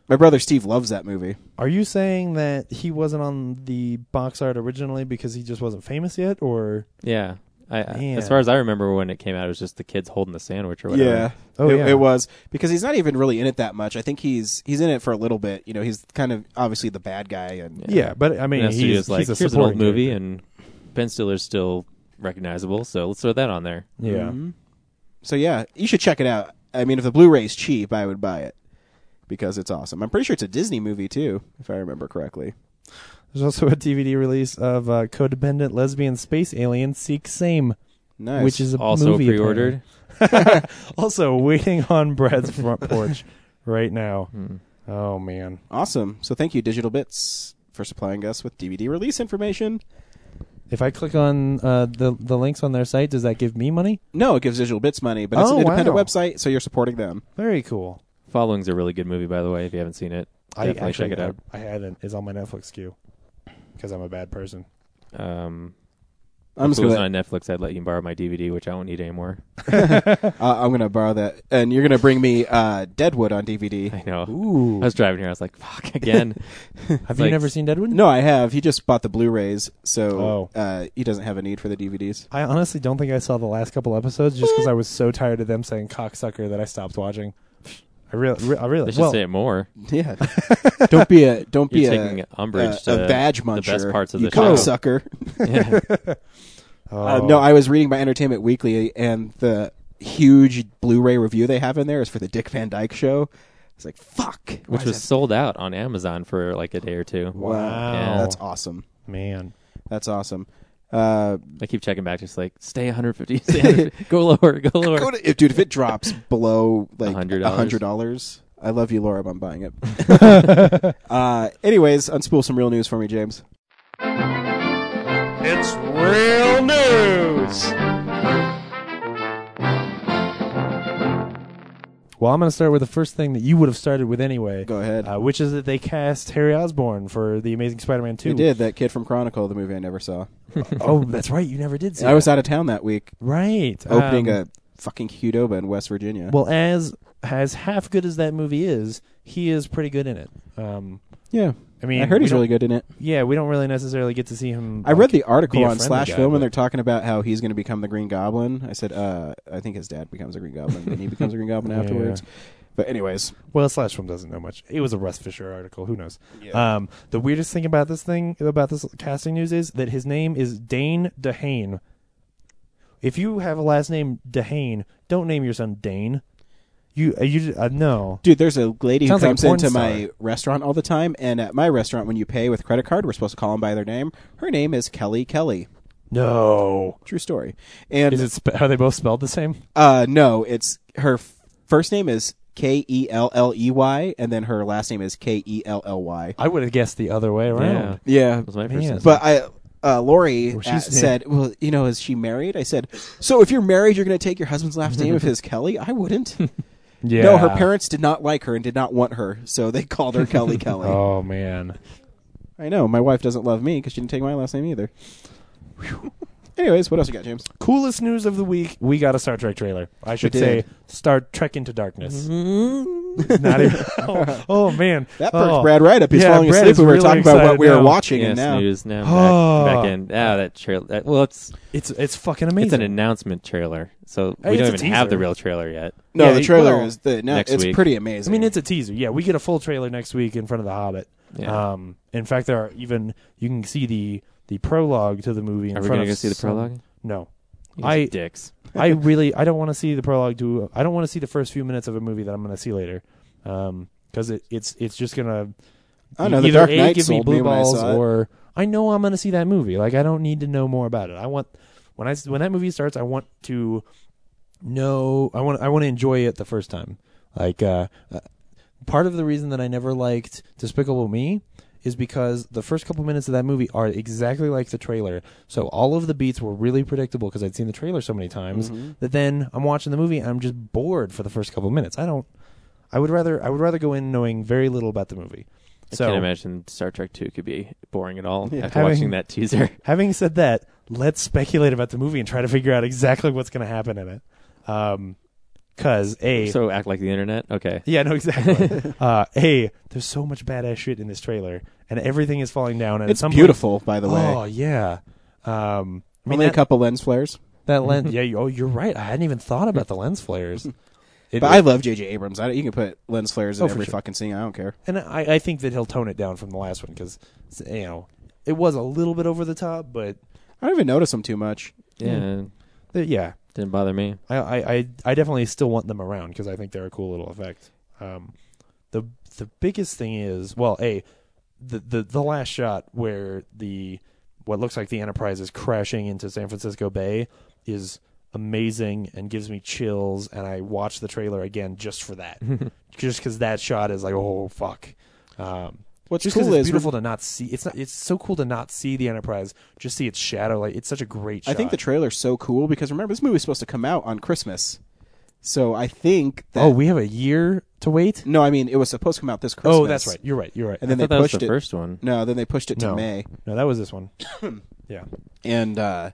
My brother Steve loves that movie.
are you saying that he wasn't on the box art originally because he just wasn't famous yet, or
Yeah. I, I-
Man.
as far as I remember, when it came out, it was just the kids holding the sandwich or whatever.
Oh,
it,
yeah.
it was because he's not even really in it that much. I think he's he's in it for a little bit. You know, he's kind of obviously the bad guy, and
yeah? But I mean,
and
he's,
studios
he's
like,
a
here's an old
supporting
movie,
character.
and Ben Stiller's still recognizable, so let's throw that on there.
yeah.
mm-hmm.
so yeah, you should check it out. I mean, if the Blu-ray's cheap, I would buy it because it's awesome. I'm pretty sure it's a Disney movie too, if I remember correctly.
There's also a DVD release of uh, Codependent Lesbian Space Alien Seeks Same,
Nice.
which is a
Also
movie
pre-ordered.
apparently. Also waiting on Brad's front porch right now.
Hmm.
Oh man,
Awesome. So thank you, Digital Bits, for supplying us with DVD release information.
if I click on uh, the the links on their site, does that give me money?
No, it gives Digital Bits money, but it's
Oh,
an independent
wow.
website, so you're supporting them.
Very cool.
Following's a really good movie, by the way. If you haven't seen it, definitely
actually-
check it out.
I, I hadn't. It's on my Netflix queue because I'm a bad person.
Um,
I'm
if
just
it was
gonna,
on Netflix, I'd let you borrow my DVD, which I won't need anymore.
uh, I'm gonna borrow that, and you're gonna bring me uh, Deadwood on DVD.
I know.
Ooh,
I was driving here. I was like, "Fuck again."
have
like-
you never seen Deadwood?
No, I have. He just bought the Blu-rays, so
Oh.
uh, he doesn't have a need for the DVDs.
I honestly don't think I saw the last couple episodes just because I was so tired of them saying cocksucker that I stopped watching. I really, re- I
They
really.
should
Well,
say it more.
Yeah. don't be a don't be
You're
a,
taking umbrage
a,
to
a badge
the
muncher.
best parts of
you
the show.
cocksucker.
Yeah.
Uh,
oh.
no, I was reading my Entertainment Weekly, and the huge Blu-ray review they have in there is for the Dick Van Dyke Show. It's like fuck, why
which
is
was
that-
sold out on Amazon for like a day or two.
wow,
Wow.
that's awesome.
man.
That's awesome. Uh,
I keep checking back, just like stay 150, stay 150 go lower, go lower.
go to, if, dude, if it drops below like
$100.
hundred dollars, I love you, Laura. But I'm buying it. uh, anyways, unspool some real news for me, James.
It's real news.
Well, I'm going to start with the first thing that you would have started with anyway.
Go ahead.
Uh, which is that they cast Harry Osborn for the Amazing Spider-Man
You
2.
did that kid from Chronicle, the movie I never saw.
oh, that's right. You never did see.
I was
that.
out of town that week,
right
opening
um,
a fucking Qdoba in West Virginia.
Well, as as half good as that movie is, he is pretty good in it. Um,
yeah,
I mean,
I heard
we
he's
don't-
really good in it.
Yeah, we don't really necessarily get to see him.
I
like,
read the article
be a
on
friendly
Slash
guy,
Film,
but-
and they're talking about how he's going to become the Green Goblin. I said, uh, I think his dad becomes a Green Goblin, and he becomes a Green Goblin
Yeah.
afterwards. But anyways,
Well, Slash Film doesn't know much. It was a Russ Fisher article. Who knows? Um, the weirdest thing about this thing about this casting news is that his name is Dane DeHane. If you have a last name DeHane, don't name your son Dane. You uh, you uh, no.
dude, there's a lady who
Sounds like a
comes
porn
into
star.
my restaurant all the time, and at my restaurant, when you pay with credit card, we're supposed to call them by their name. Her name is Kelly Kelly.
No.
True story. And
Is it spe- are they both spelled the same?
uh, no, it's her f- first name is K E L L E Y, and then her last name is K E L L Y.
I would have guessed the other way
yeah,
around.
Yeah,
that was my first.
Man.
instinct.
But I, uh, Lori
Well,
uh,
she's-
said, "Well, you know, is she married?" I said, "So if you're married, you're going to take your husband's last name if it's Kelly." I wouldn't.
Yeah.
No, her parents did not like her and did not want her, so they called her Kelly Kelly.
Oh man.
I know my wife doesn't love me because she didn't take my last name either. Anyways, what else you got, James?
Coolest news of the week. We got a Star Trek trailer. I should say
did.
Star Trek into Darkness. Not even. Oh, oh, man.
That perked
oh.
Brad right up. He's
Yeah,
falling
Brad
asleep
is
when we were
really
talking about what
excited
we were
now.
watching,
yeah,
and now
snooze now
Oh.
back, back in. Ah, that trailer. That, well, it's
It's it's fucking amazing.
it's an announcement trailer, so
Hey,
we don't
it's a
even have the
teaser.
real trailer yet.
no,
Yeah,
the
he-
trailer
well,
is the no,
next
it's
week.
pretty
I
amazing.
mean, it's a teaser. Yeah, we get a full trailer next week in front of the Hobbit.
Yeah.
Um, in fact, there are even you can see the the prologue to the movie. In
Are we
front of
gonna go see the
some-
prologue?
No,
You
I-
dicks.
I really I don't want to see the prologue to I don't want to see the first few minutes of a movie that I'm going to see later, Um 'cause because it, it's it's just gonna
I don't know. The
either
Dark
A,
Knight
give me
sold
blue
me when I
balls
saw it.
or I know I'm going to see that movie. Like I don't need to know more about it. I want when I s- when that movie starts, I want to know I want I want to enjoy it the first time. Like uh, uh, part of the reason that I never liked Despicable Me is because the first couple minutes of that movie are exactly like the trailer. So all of the beats were really predictable because I'd seen the trailer so many times
Mm-hmm.
that then I'm watching the movie and I'm just bored for the first couple minutes. I don't I would rather I would rather go in knowing very little about the movie. So
I can't imagine Star Trek Two could be boring at all after
Having-
watching that teaser.
Having said that, let's speculate about the movie and try to figure out exactly what's going to happen in it. Um 'cause cause a
So act like the internet. Okay.
yeah, no, exactly. uh, a there's so much badass shit in this trailer, and everything is falling down. And at
It's
some
beautiful, by the
Point,
way.
oh yeah. Um, I mean
Only a
that,
couple lens flares,
that lens. Yeah. You, oh, you're right. I hadn't even thought about the lens flares. It-
but I love J.J. Abrams. I, you can put lens flares in
Oh, for
every
sure.
fucking scene. I don't care.
and I, I think that he'll tone it down from the last one because you know it was a little bit over the top, but
I don't even notice them too much.
Yeah.
uh, yeah,
Didn't bother me.
I, I, I- I definitely still want them around because I think they're a cool little effect. Um, the the biggest thing is well, a the, the the last shot where the what looks like the Enterprise is crashing into San Francisco Bay is amazing and gives me chills. And I watched the trailer again just for that, just because that shot is like oh fuck. Um,
What's
just 'cause
cool
it's
is
beautiful to not see. It's not. It's so cool to not see the Enterprise, just see its shadow. Like it's such a great.
I think
shot.
the trailer's so cool because remember this movie's supposed to come out on Christmas, so I think that
oh, we have a year to wait.
no, I mean it was supposed to come out this Christmas.
Oh, that's right. You're right. You're right.
And then
I
they
thought that was
pushed
the
it.
first one.
No, then they pushed it to May,
No, that was this one. yeah.
and uh,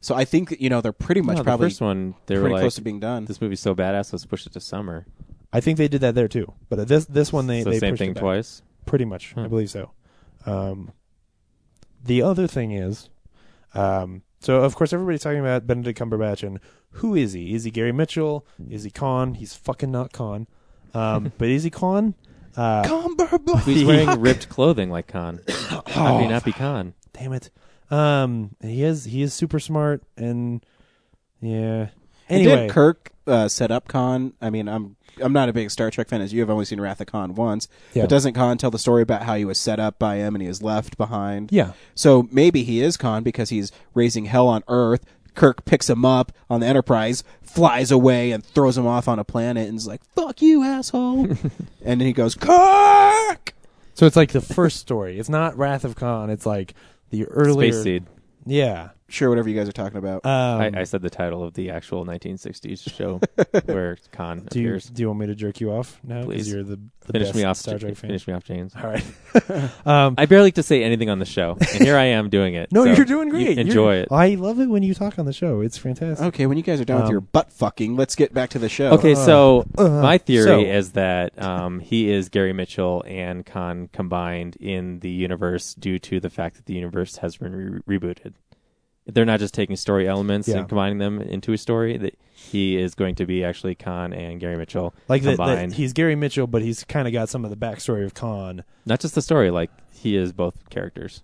so I think you know they're pretty much
No, the
probably
first one. They
pretty
were like,
close to being done.
"This movie's so badass, let's push it to summer."
I think they did that there too. But this this one they
so
they
same
pushed
thing
it back.
twice.
Pretty much, I believe so. Um, the other thing is, um, so of course everybody's talking about Benedict Cumberbatch and who is he? Is he Gary Mitchell? Is he Khan? He's fucking not Khan. Um, but is he Khan? Uh,
Who's wearing ripped clothing like Khan? How can he not be Khan?
Damn it. Um, he is he is super smart and yeah. Anyway,
Did Kirk uh, set up Khan? I mean, I'm I'm not a big Star Trek fan as you. I've only seen Wrath of Khan once.
Yeah.
But doesn't Khan tell the story about how he was set up by him and he was left behind?
Yeah.
So maybe he is Khan because he's raising hell on Earth. Kirk picks him up on the Enterprise, flies away, and throws him off on a planet, and is like, "Fuck you, asshole!" and then he goes, "Kirk."
so it's like the first story. It's not Wrath of Khan. It's like the earlier.
Space Seed.
Yeah.
Sure, whatever you guys are talking about.
Um,
I, I said the title of the actual 1960s show where Khan
do you,
appears.
do you want me to jerk you off now? Because
Please.
you're the, the
Finish
best
me off,
Star Trek fan.
Finish me off, James.
All right. um,
I barely get to say anything on the show, and here I am doing it.
no,
so
you're doing
you
great. You're-
enjoy it.
I love it when you talk on the show. It's fantastic.
okay, when you guys are done
um,
with your butt fucking, let's get back to the show.
Okay, so
uh,
my theory
so-
is that um, he is Gary Mitchell and Khan combined in the universe due to the fact that the universe has been re- rebooted. They're not just taking story elements
Yeah.
and combining them into a story. That he is going to be actually Khan and Gary Mitchell
Like that, that
combined.
he's Gary Mitchell, but he's kind of got some of the backstory of Khan.
not just the story, like he is both characters.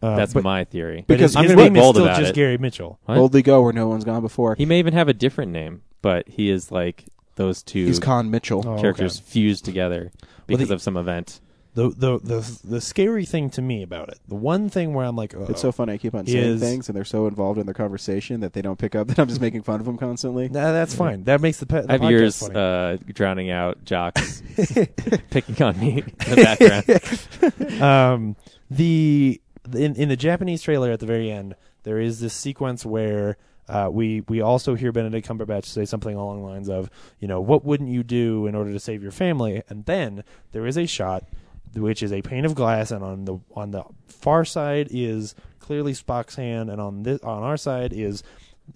Uh,
That's
but,
my theory.
but his,
I'm
his
gonna
name
be
is
bold
still
about
just
it.
Gary Mitchell.
What?
boldly go where no one's gone before.
He may even have a different name, but he is like those two
he's Khan Mitchell.
Oh, okay.
characters fused together
Well,
because
the-
of some event.
The, the the the scary thing to me about it, the one thing where I'm like, oh,
It's so funny. I keep on
He
saying
is-
things, and they're so involved in their conversation that they don't pick up that I'm just making fun of them constantly.
nah, that's fine. That makes the, pe- the
I have
podcast
years
funny.
uh, drowning out jocks picking on me in the background.
um, the in in the Japanese trailer at the very end, there is this sequence where uh, we we also hear Benedict Cumberbatch say something along the lines of, you know, what wouldn't you do in order to save your family? And then there is a shot which is a pane of glass, and on the on the far side is clearly Spock's hand, and on this on our side is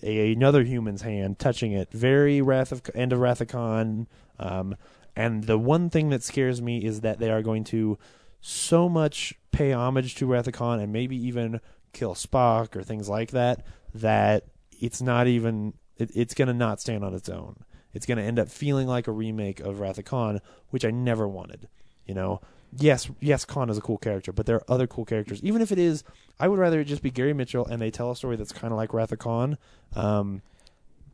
a, another human's hand touching it. Very Wrath of end of Wrath of Khan. Um, and the one thing that scares me is that they are going to so much pay homage to Wrath of Khan and maybe even kill Spock or things like that that it's not even it, it's going to not stand on its own. It's going to end up feeling like a remake of Wrath of Khan, which I never wanted. You know, yes, yes, Khan is a cool character, but there are other cool characters. Even if it is, I would rather it just be Gary Mitchell and they tell a story that's kind of like Wrath of Khan, um,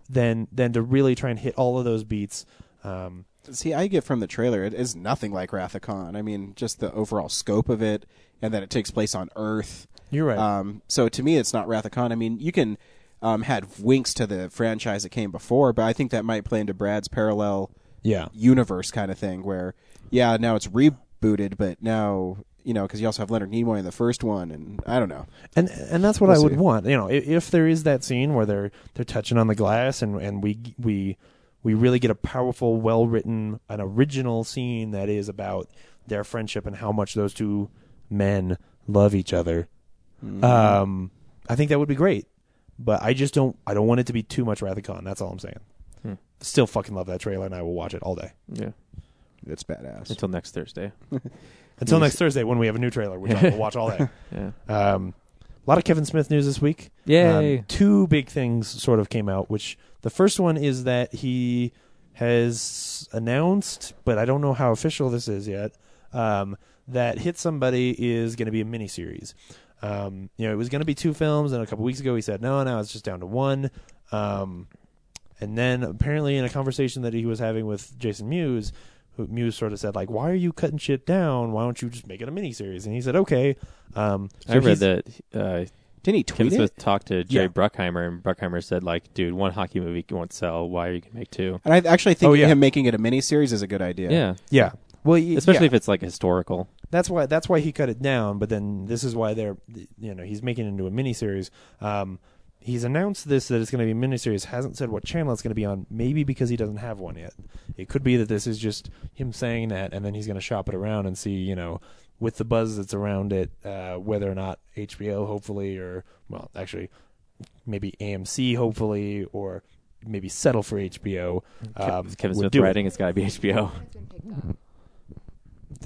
than than to really try and hit all of those beats. Um,
See, I get from the trailer, it is nothing like Wrath of Khan. I mean, just the overall scope of it, and that it takes place on Earth.
You're right.
Um, so to me, it's not Wrath of Khan. I mean, you can um, have winks to the franchise that came before, but I think that might play into Brad's parallel
yeah,
universe kind of thing, where yeah, now it's rebooted, but now you know because you also have Leonard Nimoy in the first one, and I don't know.
and and that's what I
We'll
would
see.
want. You know, if, if there is that scene where they're they're touching on the glass, and and we we we really get a powerful, well written, an original scene that is about their friendship and how much those two men love each other.
Mm-hmm.
Um, I think that would be great, but I just don't. I don't want it to be too much Wrath of Khan. That's all I'm saying.
Hmm.
Still fucking love that trailer, and I will watch it all day
Yeah.
It's badass.
Until next Thursday.
until next Thursday when we have a new trailer, which I will watch all day.
Yeah.
Um, a lot of Kevin Smith news this week.
Yay.
Um, two big things sort of came out, which the first one is that he has announced, but I don't know how official this is yet, um, that Hit Somebody is going to be a miniseries. Um, you know, it was going to be two films, and a couple weeks ago he said, no, now it's just down to one. Um, and then apparently in a conversation that he was having with Jason Mewes, who Mewes sort of said like, "Why are you cutting shit down? Why don't you just make it a miniseries?" And he said, "Okay." Um, so
I read
he's-
that uh,
Didn't he
Kevin
tweet it?
Smith talked to Jerry
Yeah.
Bruckheimer, and Bruckheimer said, like, dude, one hockey movie won't sell. Why are you going to make two?
And I actually think
Oh, yeah.
him making it a miniseries is a good idea.
Yeah.
Yeah. Well, y-
Especially
yeah.
if it's, like, historical.
that's why that's why he cut it down. But then this is why they're you know he's making it into a miniseries. Um, he's announced this that it's going to be a miniseries. Hasn't said what channel it's going to be on. Maybe because he doesn't have one yet. It could be that this is just him saying that, and then he's going to shop it around and see you know with the buzz that's around it uh, whether or not HBO hopefully or well actually maybe AMC hopefully or maybe settle for HBO. Um,
Kevin
would
Smith
do it.
writing, it's got to be HBO.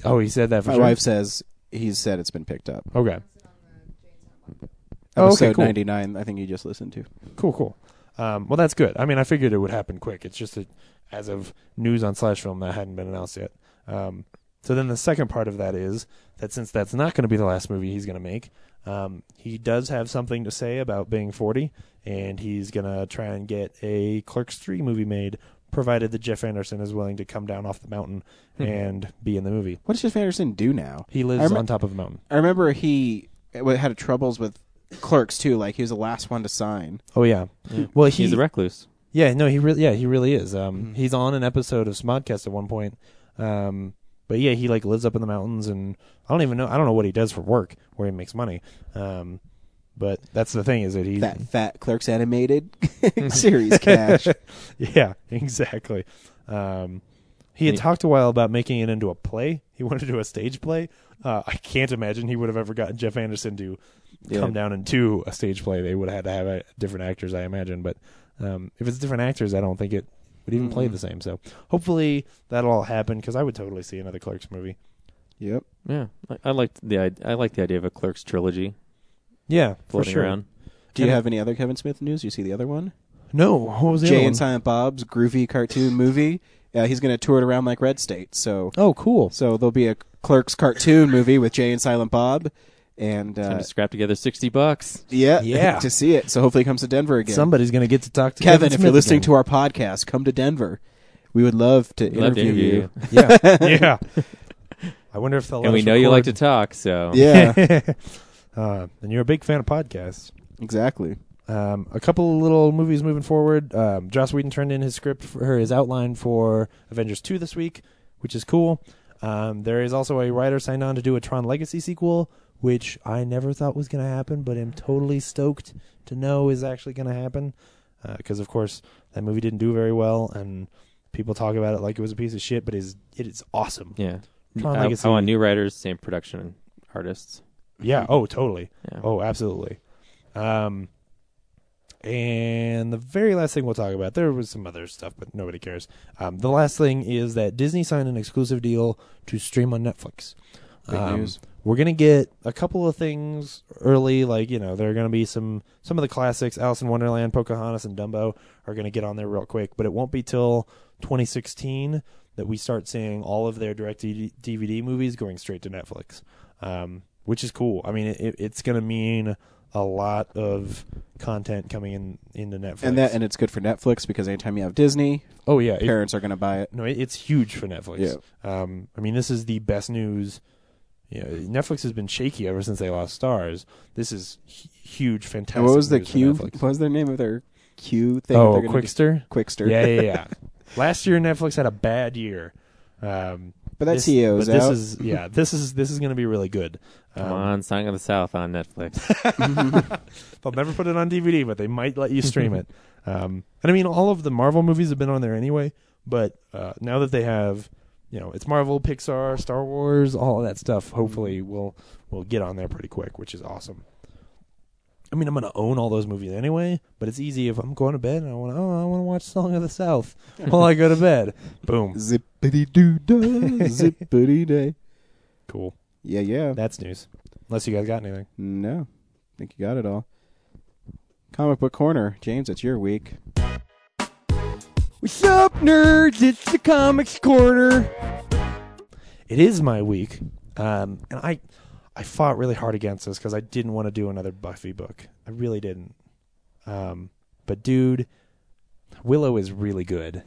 Oh, he said that for
My
sure.
wife says he's said it's been picked up.
Okay. Oh,
Episode
okay, cool.
99, I think you just listened to.
Cool, cool. Um, well, that's good. I mean, I figured it would happen quick. It's just that as of news on Slash Film, that hadn't been announced yet. Um, so then the second part of that is that since that's not going to be the last movie he's going to make, um, he does have something to say about being 40 and he's gonna try and get a Clerks Three movie made, provided that Jeff Anderson is willing to come down off the mountain and be in the movie.
What does Jeff Anderson do now?
He
I
lives
remem-
on top of a mountain.
I remember he w- had troubles with clerks too. Like he was the last one to sign.
Oh yeah. Well, he,
He's a recluse.
Yeah, no, he really, yeah, he really is. Um, he's on an episode of Smodcast at one point. Um, but yeah, he like lives up in the mountains, and I don't even know, I don't know what he does for work, where he makes money. Um, but that's the thing is that he,
That fat clerks animated series cash.
yeah, exactly. Um, he had
Yeah.
talked a while about making it into a play. He wanted to do a stage play. Uh, I can't imagine he would have ever gotten Jeff Anderson to come down and do a stage play. They would have had to have uh, different actors, I imagine. But um, if it's different actors, I don't think it would even play the same. So hopefully that'll all happen because I would totally see another Clerks movie.
Yep.
Yeah, I, I liked the id- I like the idea of a Clerks trilogy
Yeah,
floating
for sure.
around.
Do you have any other Kevin Smith news? You see the other one?
No, what was the other
Jay
one?
and Silent Bob's groovy cartoon movie. Uh, he's going to tour it around like Red State. So,
Oh, cool.
so there'll be a Clerks cartoon movie with Jay and Silent Bob, and
Time
uh,
to scrap together sixty bucks.
yeah,
Yeah.
to see it. So hopefully, he comes to Denver again.
Somebody's gonna get to talk to
Kevin,
Kevin
if you're
Smith
listening
again.
to our podcast, come to Denver. We would love to,
Love to
interview,
interview
you.
Yeah, yeah. I wonder if they'll. let
and we
us
know you like to
record.
talk, so
Yeah,
uh, and you're a big fan of podcasts.
exactly.
Um, a couple little movies moving forward. Um, Joss Whedon turned in his script for or his outline for Avengers two this week, which is cool. Um, there is also a writer signed on to do a Tron Legacy sequel, which I never thought was going to happen, but am totally stoked to know is actually going to happen. Because of course that movie didn't do very well, and people talk about it like it was a piece of shit, but it is it is awesome.
yeah.
Tron
I,
Legacy.
I want new writers, same production artists.
Yeah. Oh, totally.
Yeah.
Oh, absolutely. Um, and the very last thing we'll talk about, there was some other stuff, but nobody cares. Um, the last thing is that Disney signed an exclusive deal to stream on Netflix. Um,
Great news.
We're gonna get a couple of things early, like you know, there are gonna be some some of the classics, Alice in Wonderland, Pocahontas, and Dumbo are gonna get on there real quick, but it won't be till 2016 that we start seeing all of their direct DVD movies going straight to Netflix, um, which is cool. I mean, it, it's gonna mean a lot of content coming in into Netflix.
And that, and it's good for Netflix because anytime you have Disney,
oh yeah, it-
parents are going to buy it.
no, it, it's huge for Netflix. Um, I mean, this is the best news. You know, Netflix has been shaky ever since they lost stars. This is hu- huge, fantastic.
And what was the
news for
Q?
Netflix.
What was their name of their Q thing?
oh,
they're gonna do?
Quickster.
Quickster.
Yeah, yeah, yeah. Last year, Netflix had a bad year. Um,
But that
this,
CEO is
but this
out.
is yeah. This is this is going to be really good.
Come
Um,
on, Song of the South on Netflix.
They'll never put it on DVD, but they might let you stream it. Um, and I mean, all of the Marvel movies have been on there anyway. But uh, now that they have, you know, it's Marvel, Pixar, Star Wars, all of that stuff. Hopefully, we'll we'll get on there pretty quick, which is awesome. I mean, I'm gonna own all those movies anyway. But it's easy if I'm going to bed and I want to. Oh, I want to watch Song of the South while I go to bed. Boom,
Zippity doo dah, zippity day.
cool.
Yeah, yeah.
That's news. Unless you guys got anything.
No, I think you got it all. Comic book corner, James. It's your week.
What's up, nerds? It's the Comics Corner.
it is my week, um, and I I fought really hard against this because I didn't want to do another Buffy book. I really didn't. Um, but dude, Willow is really good.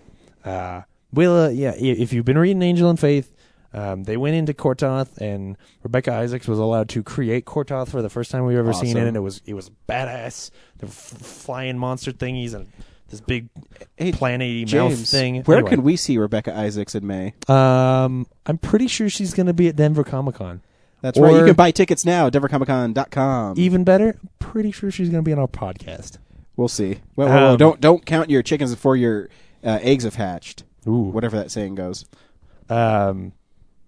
Uh, Willow, yeah. i- If you've been reading Angel and Faith, um, they went into Cortoth, and Rebecca Isaacs was allowed to create Cortoth for the first time we've ever seen it, and it was it was badass. The f- flying monster thingies and this big
Hey,
planety mouth
James,
thing.
where
Anyway.
can we see Rebecca Isaacs in May?
Um, I'm pretty sure she's going to be at Denver Comic Con.
That's right. You
Or-
can buy tickets now. DenverComicCon.com.
Even better, I'm pretty sure she's going to be on our podcast.
we'll see. Well, well, well,
Um,
don't don't count your chickens before your uh, eggs have hatched.
Ooh.
Whatever that saying goes.
Um.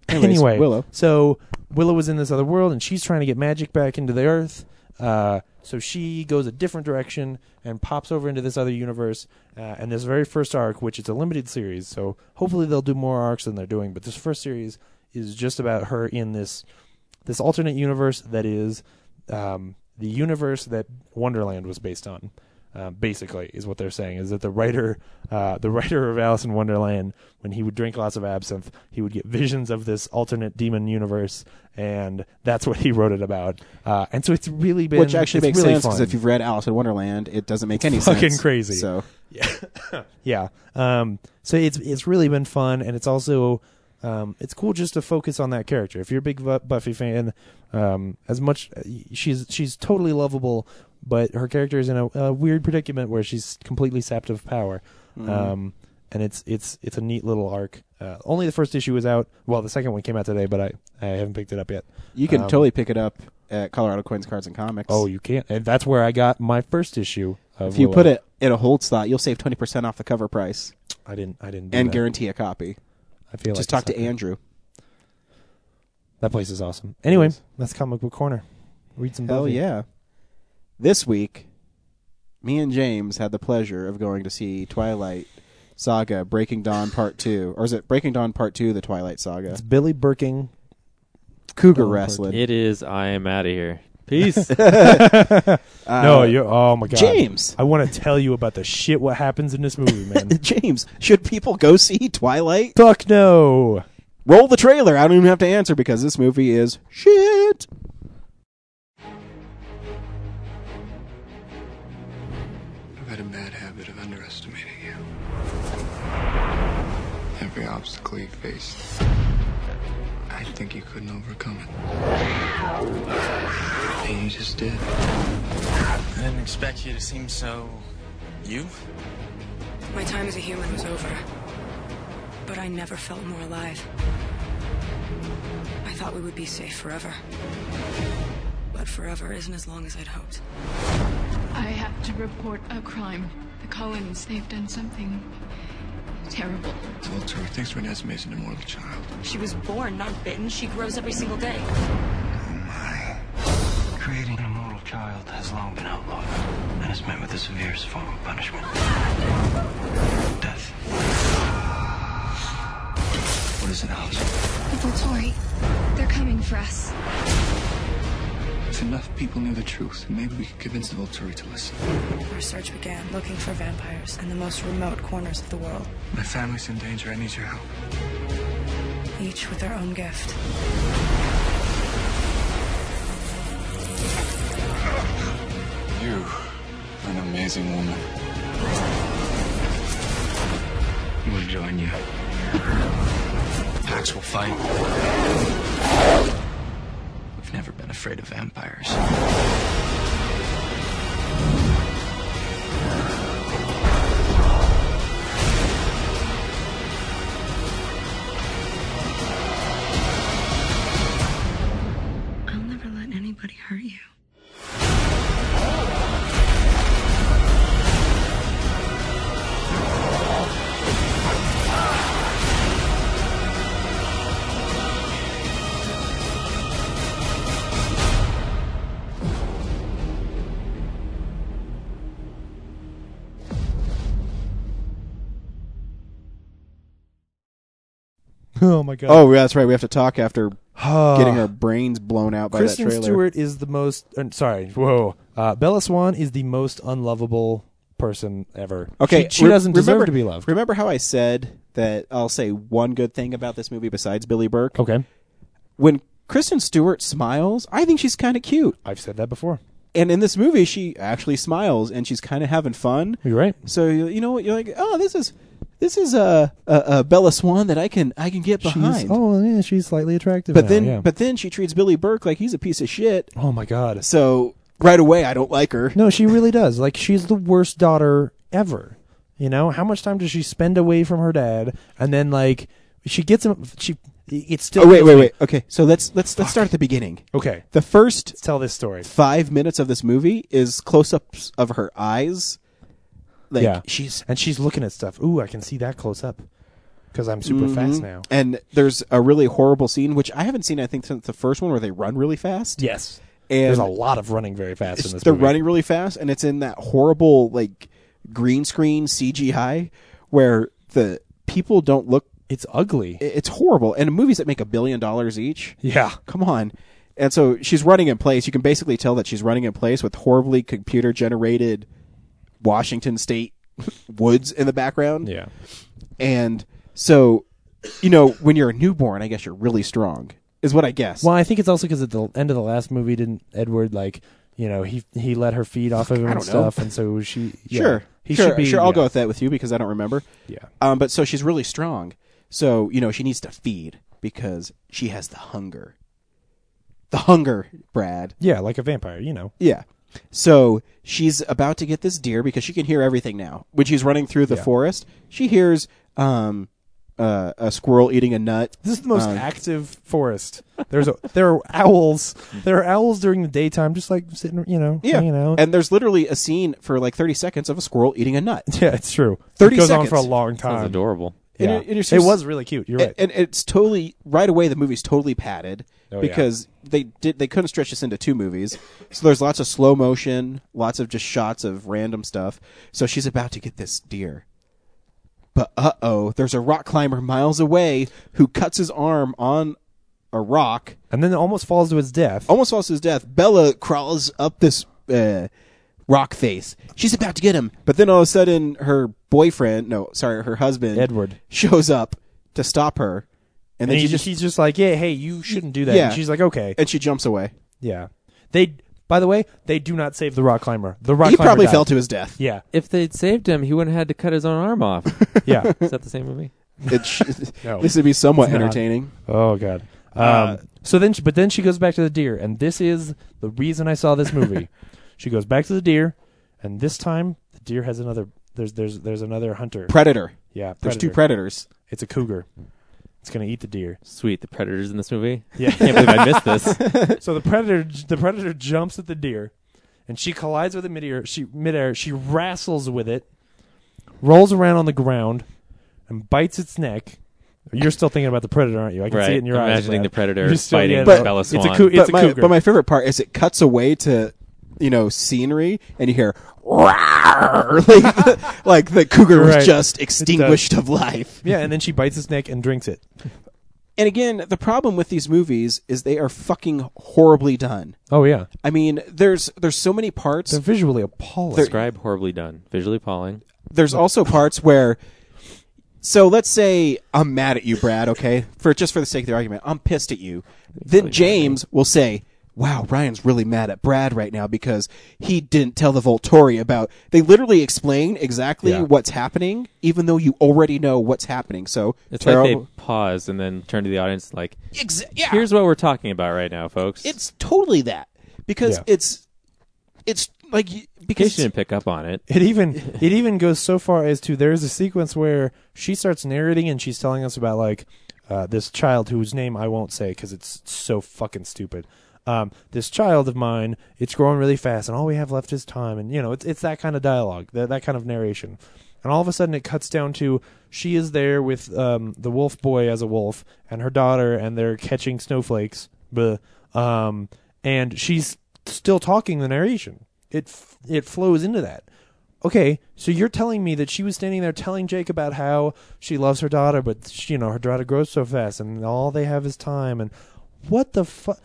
Anyways,
anyway,
Willow.
So Willow was in this other world, and she's trying to get magic back into the Earth. Uh, so she goes a different direction and pops over into this other universe. Uh, and this very first arc, which it's a limited series, so hopefully they'll do more arcs than they're doing. But this first series is just about her in this this alternate universe that is um, the universe that Wonderland was based on. Uh, basically, is what they're saying is that the writer, uh, the writer of Alice in Wonderland, when he would drink lots of absinthe, he would get visions of this alternate demon universe, and that's what he wrote it about. Uh, and so it's really been
Which actually
it's
makes
really
sense because
fun.
if you've read Alice in Wonderland, it doesn't make any sense.
fucking crazy.
So
Yeah. Um, so it's it's really been fun, and it's also um, it's cool just to focus on that character. If you're a big Bu- Buffy fan, um, as much she's she's totally lovable, but her character is in a, a weird predicament where she's completely sapped of power. Um, and it's it's it's a neat little arc. Uh, only the first issue was out. Well, the second one came out today, but I, I haven't picked it up yet.
you can
Um,
totally pick it up at Colorado Coins, Cards, and Comics.
Oh, you can't. And that's where I got my first issue. Of
if you
Willow.
put it in a hold slot, you'll save twenty percent off the cover price
I didn't. I didn't. Do
and
that.
guarantee a copy.
I feel
Just
like
talk to
Andrew.
Andrew.
That place is awesome. Anyway, that's comic book corner. Read some.
Hell
Buffy.
yeah! This week, me and James had the pleasure of going to see Twilight Saga: Breaking Dawn Part Two, or is it Breaking Dawn Part Two? The Twilight Saga.
It's Billy Birking.
Cougar
Dawn Part
wrestling.
It is. I am out of here. Peace.
Uh, no, you. Oh my god,
Uh, James.
I want to tell you about the shit what happens in this movie, man.
James, should people go see Twilight?
Fuck no.
Roll the trailer. I don't even have to answer because this movie is shit.
I've had a bad habit of underestimating you. Every obstacle you faced, I think you couldn't overcome it. And you just did.
I didn't expect you to seem so. you?
My time as a human was over. But I never felt more alive. I thought we would be safe forever. But forever isn't as long as I'd hoped.
I have to report a crime. The Cohens, they've done something terrible.
Told her thinks Renesmee's an immortal child.
She was born, not bitten. She grows every single day.
Oh, Creating an immortal child has long been outlawed and is met with the severest form of punishment death. What is it, Alice?
People, Tori, they're coming for us.
If enough people knew the truth, maybe we could convince the Volturi to listen.
Our search began looking for vampires in the most remote corners of the world,
My family's in danger. I need your help.
each with their own gift.
You, an amazing woman. We'll join you. Pax will fight. We've never been afraid of vampires.
I'll never let anybody hurt you.
Oh my god.
Oh, yeah, that's right. We have to talk after
Oh,
getting our brains blown out by
Uh, Kristen
that trailer.
Stewart is the most. uh, sorry. Whoa. Uh, Bella Swan is the most unlovable person ever.
Okay,
She, she
re-
doesn't
remember-
deserve to be loved.
Remember how I said that I'll say one good thing about this movie besides Billy Burke?
okay.
When Kristen Stewart smiles, I think she's kind of cute.
I've said that before.
And in this movie, she actually smiles and she's kind of having fun.
You're right.
So you you know what? You're like, oh, this is this is a a, a Bella Swan that I can I can get behind.
She's, oh yeah, she's slightly attractive.
but
now,
then
yeah.
but then she treats Billy Burke like he's a piece of shit.
oh my god.
So right away, I don't like her.
No, she really does. Like she's the worst daughter ever. You know how much time does she spend away from her dad, and then like she gets him. She it's still.
Oh wait, wait, wait. Okay, so let's let's let's start at the beginning.
Okay,
The first
let's tell this story.
five minutes of this movie is close-ups of her eyes. Like
yeah,
she's
and she's looking at stuff. Ooh, I can see that close up because I'm super
Mm-hmm.
fast now.
and there's a really horrible scene which I haven't seen I think since the first one where they run really fast.
Yes,
And
there's a lot of running very fast in
it's-
this.
they're
movie.
running really fast and it's in that horrible like green screen CGI where the people don't look
It's ugly.
i- it's horrible and movies that make a billion dollars each.
yeah,
Come on. And so she's running in place. You can basically tell that she's running in place with horribly computer generated Washington State woods in the background.
Yeah.
And so, you know, when you're a newborn, I guess you're really strong, is what I guess.
Well, I think it's also because at the end of the last movie, didn't Edward like you know he he let her feed off of him
I
and
don't know.
stuff, and so she yeah.
Sure.
he
sure,
should be
sure. I'll
yeah.
go with that with you because I don't remember.
Yeah.
Um, but so she's really strong. So, you know, she needs to feed because she has the hunger. The hunger, Brad.
Yeah, like a vampire, you know.
Yeah. So she's about to get this deer because she can hear everything now. When she's running through the
Yeah.
forest, she hears um, uh, a squirrel eating a nut.
This is the most
Um,
active forest. There's a, there are owls. There are owls during the daytime, just like sitting, you know,
yeah.
hanging out.
And there's literally a scene for like 30 seconds of a squirrel eating a nut.
Yeah, it's true.
30
it goes
seconds.
on for a long time.
adorable.
Yeah.
And it- and it's
it
just-
was really cute. You're right.
And, and it's totally right away. The movie's totally padded
Oh, yeah.
because they did they couldn't stretch this into two movies. So there's lots of slow motion, lots of just shots of random stuff. So she's about to get this deer, but uh oh, there's a rock climber miles away who cuts his arm on a rock,
and then almost falls to his death.
Almost falls to his death. Bella crawls up this. Uh, Rock face. She's about to get him, but then all of a sudden, her boyfriend, no, sorry, her husband,
Edward.
shows up to stop her, and
And,
then
he,
she
just,
just
he's just like, yeah, hey, you shouldn't do that.
Yeah.
And she's like, okay,
and she jumps away.
yeah. They, by the way, they do not save the rock climber. The rock
he
climber
probably
died.
fell to his death.
Yeah,
If they'd saved him, he wouldn't have had to cut his own arm off.
yeah.
Is that the same movie?
It sh-
No.
This would be somewhat
It's not.
entertaining.
Oh god. Um,
Uh,
so then, she, but then she goes back to the deer, and this is the reason I saw this movie. she goes back to the deer, and this time the deer has another. There's there's there's another hunter.
Predator.
Yeah,
There's two
predators.
predators.
It's a cougar. It's gonna eat the deer.
Sweet, the predators in this movie.
Yeah.
I can't believe I missed this.
so the predator the predator jumps at the deer, and she collides with it midair. She midair she wrestles with it, rolls around on the ground, and bites its neck. You're still thinking about the predator, aren't you? I can
Right.
see it in your
I'm
eyes.
imagining
Brad.
the predator
You're still- no,
fighting Bella
It's a,
Swan.
cou- it's
but
a
my,
cougar.
But my favorite part is it cuts away to, you know, scenery, and you hear, "Rawr!" like, the, like the cougar
Right.
was just
It does.
extinguished of life.
Yeah, and then she bites its neck and drinks it.
And again, the problem with these movies is they are fucking horribly done.
Oh yeah,
I mean, there's there's so many parts.
they're visually appalling.
They're-
Describe horribly done. Visually appalling.
there's also parts where so let's say I'm mad at you, Brad, okay? For just for the sake of the argument, I'm pissed at you. Then James will say, Wow, Ryan's really mad at Brad right now because he didn't tell the Volturi about they literally explain exactly
Yeah.
what's happening, even though you already know what's happening. So
It's like
terrible.
they pause and then turn to the audience like,
Exa- yeah.
here's what we're talking about right now, folks. In
it's totally that. Because
Yeah.
it's it's like y-
case you
because
didn't pick up on it.
It even it even goes so far as to there's a sequence where she starts narrating and she's telling us about like uh, this child whose name I won't say because it's so fucking stupid. Um, this child of mine, it's growing really fast, and all we have left is time, and you know it's it's that kind of dialogue, that that kind of narration, and all of a sudden it cuts down to she is there with um, the wolf boy as a wolf and her daughter, and they're catching snowflakes, bleh, um, and she's still talking the narration. It f- it flows into that. Okay, so you're telling me that she was standing there telling Jake about how she loves her daughter, but she, you know her daughter grows so fast, and all they have is time. And what the fuck?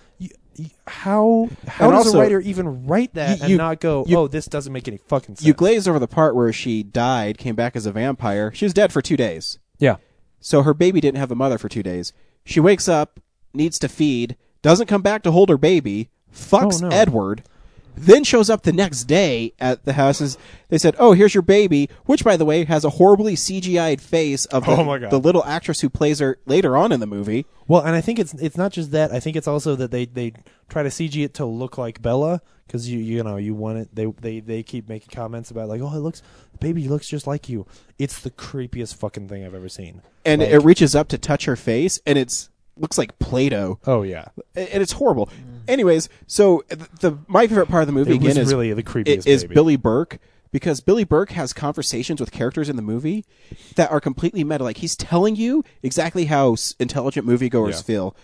How how
And
does
also-
a writer even write that
You-
and
you-
not go,
you-
oh, this doesn't make any fucking sense?
you glazed over the part where she died, came back as a vampire. She was dead for two days.
yeah,
So her baby didn't have a mother for two days. She wakes up, needs to feed, doesn't come back to hold her baby, fucks
Oh, no.
Edward, then shows up the next day at the house. And s- they said, "Oh, here's your baby," which, by the way, has a horribly CGI'd face of the,
Oh, my God.
the little actress who plays her later on in the movie.
Well, and I think it's it's not just that. I think it's also that they, they try to CG it to look like Bella because you you know you want it. They they they keep making comments about like, oh, it looks the baby looks just like you. It's the creepiest fucking thing I've ever seen.
And
Like-
it reaches up to touch her face, and it's looks like Play-Doh,
oh yeah,
A- and it's horrible. Anyways, so th- the my favorite part of the movie
Mm. It was
again is
really the creepiest
i- Is
baby.
Billy Burke because Billy Burke has conversations with characters in the movie that are completely meta. Like he's telling you exactly how s- intelligent moviegoers
Yeah.
feel.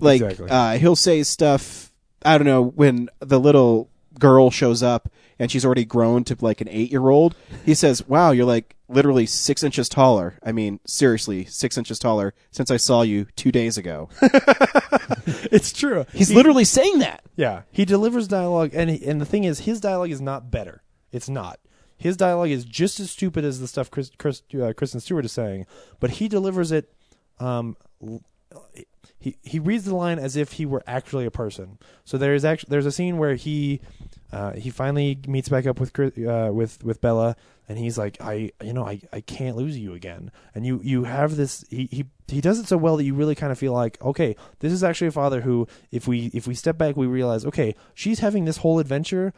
Like
Exactly.
uh, he'll say stuff. I don't know when the little girl shows up and she's already grown to like an eight year old. He says, "Wow, you're like literally six inches taller. I mean, seriously, six inches taller since I saw you two days ago."
it's true.
He's literally saying that.
Yeah, he delivers dialogue, and he, and the thing is, his dialogue is not better. It's not. His dialogue is just as stupid as the stuff Chris, Chris uh, Kristen Stewart is saying, but he delivers it. Um, l- he he reads the line as if he were actually a person. So there is actually there's a scene where he uh, he finally meets back up with Chris- uh, with with Bella, and he's like, I you know I, I can't lose you again. And you you have this he, he he does it so well that you really kind of feel like okay this is actually a father who if we if we step back we realize okay she's having this whole adventure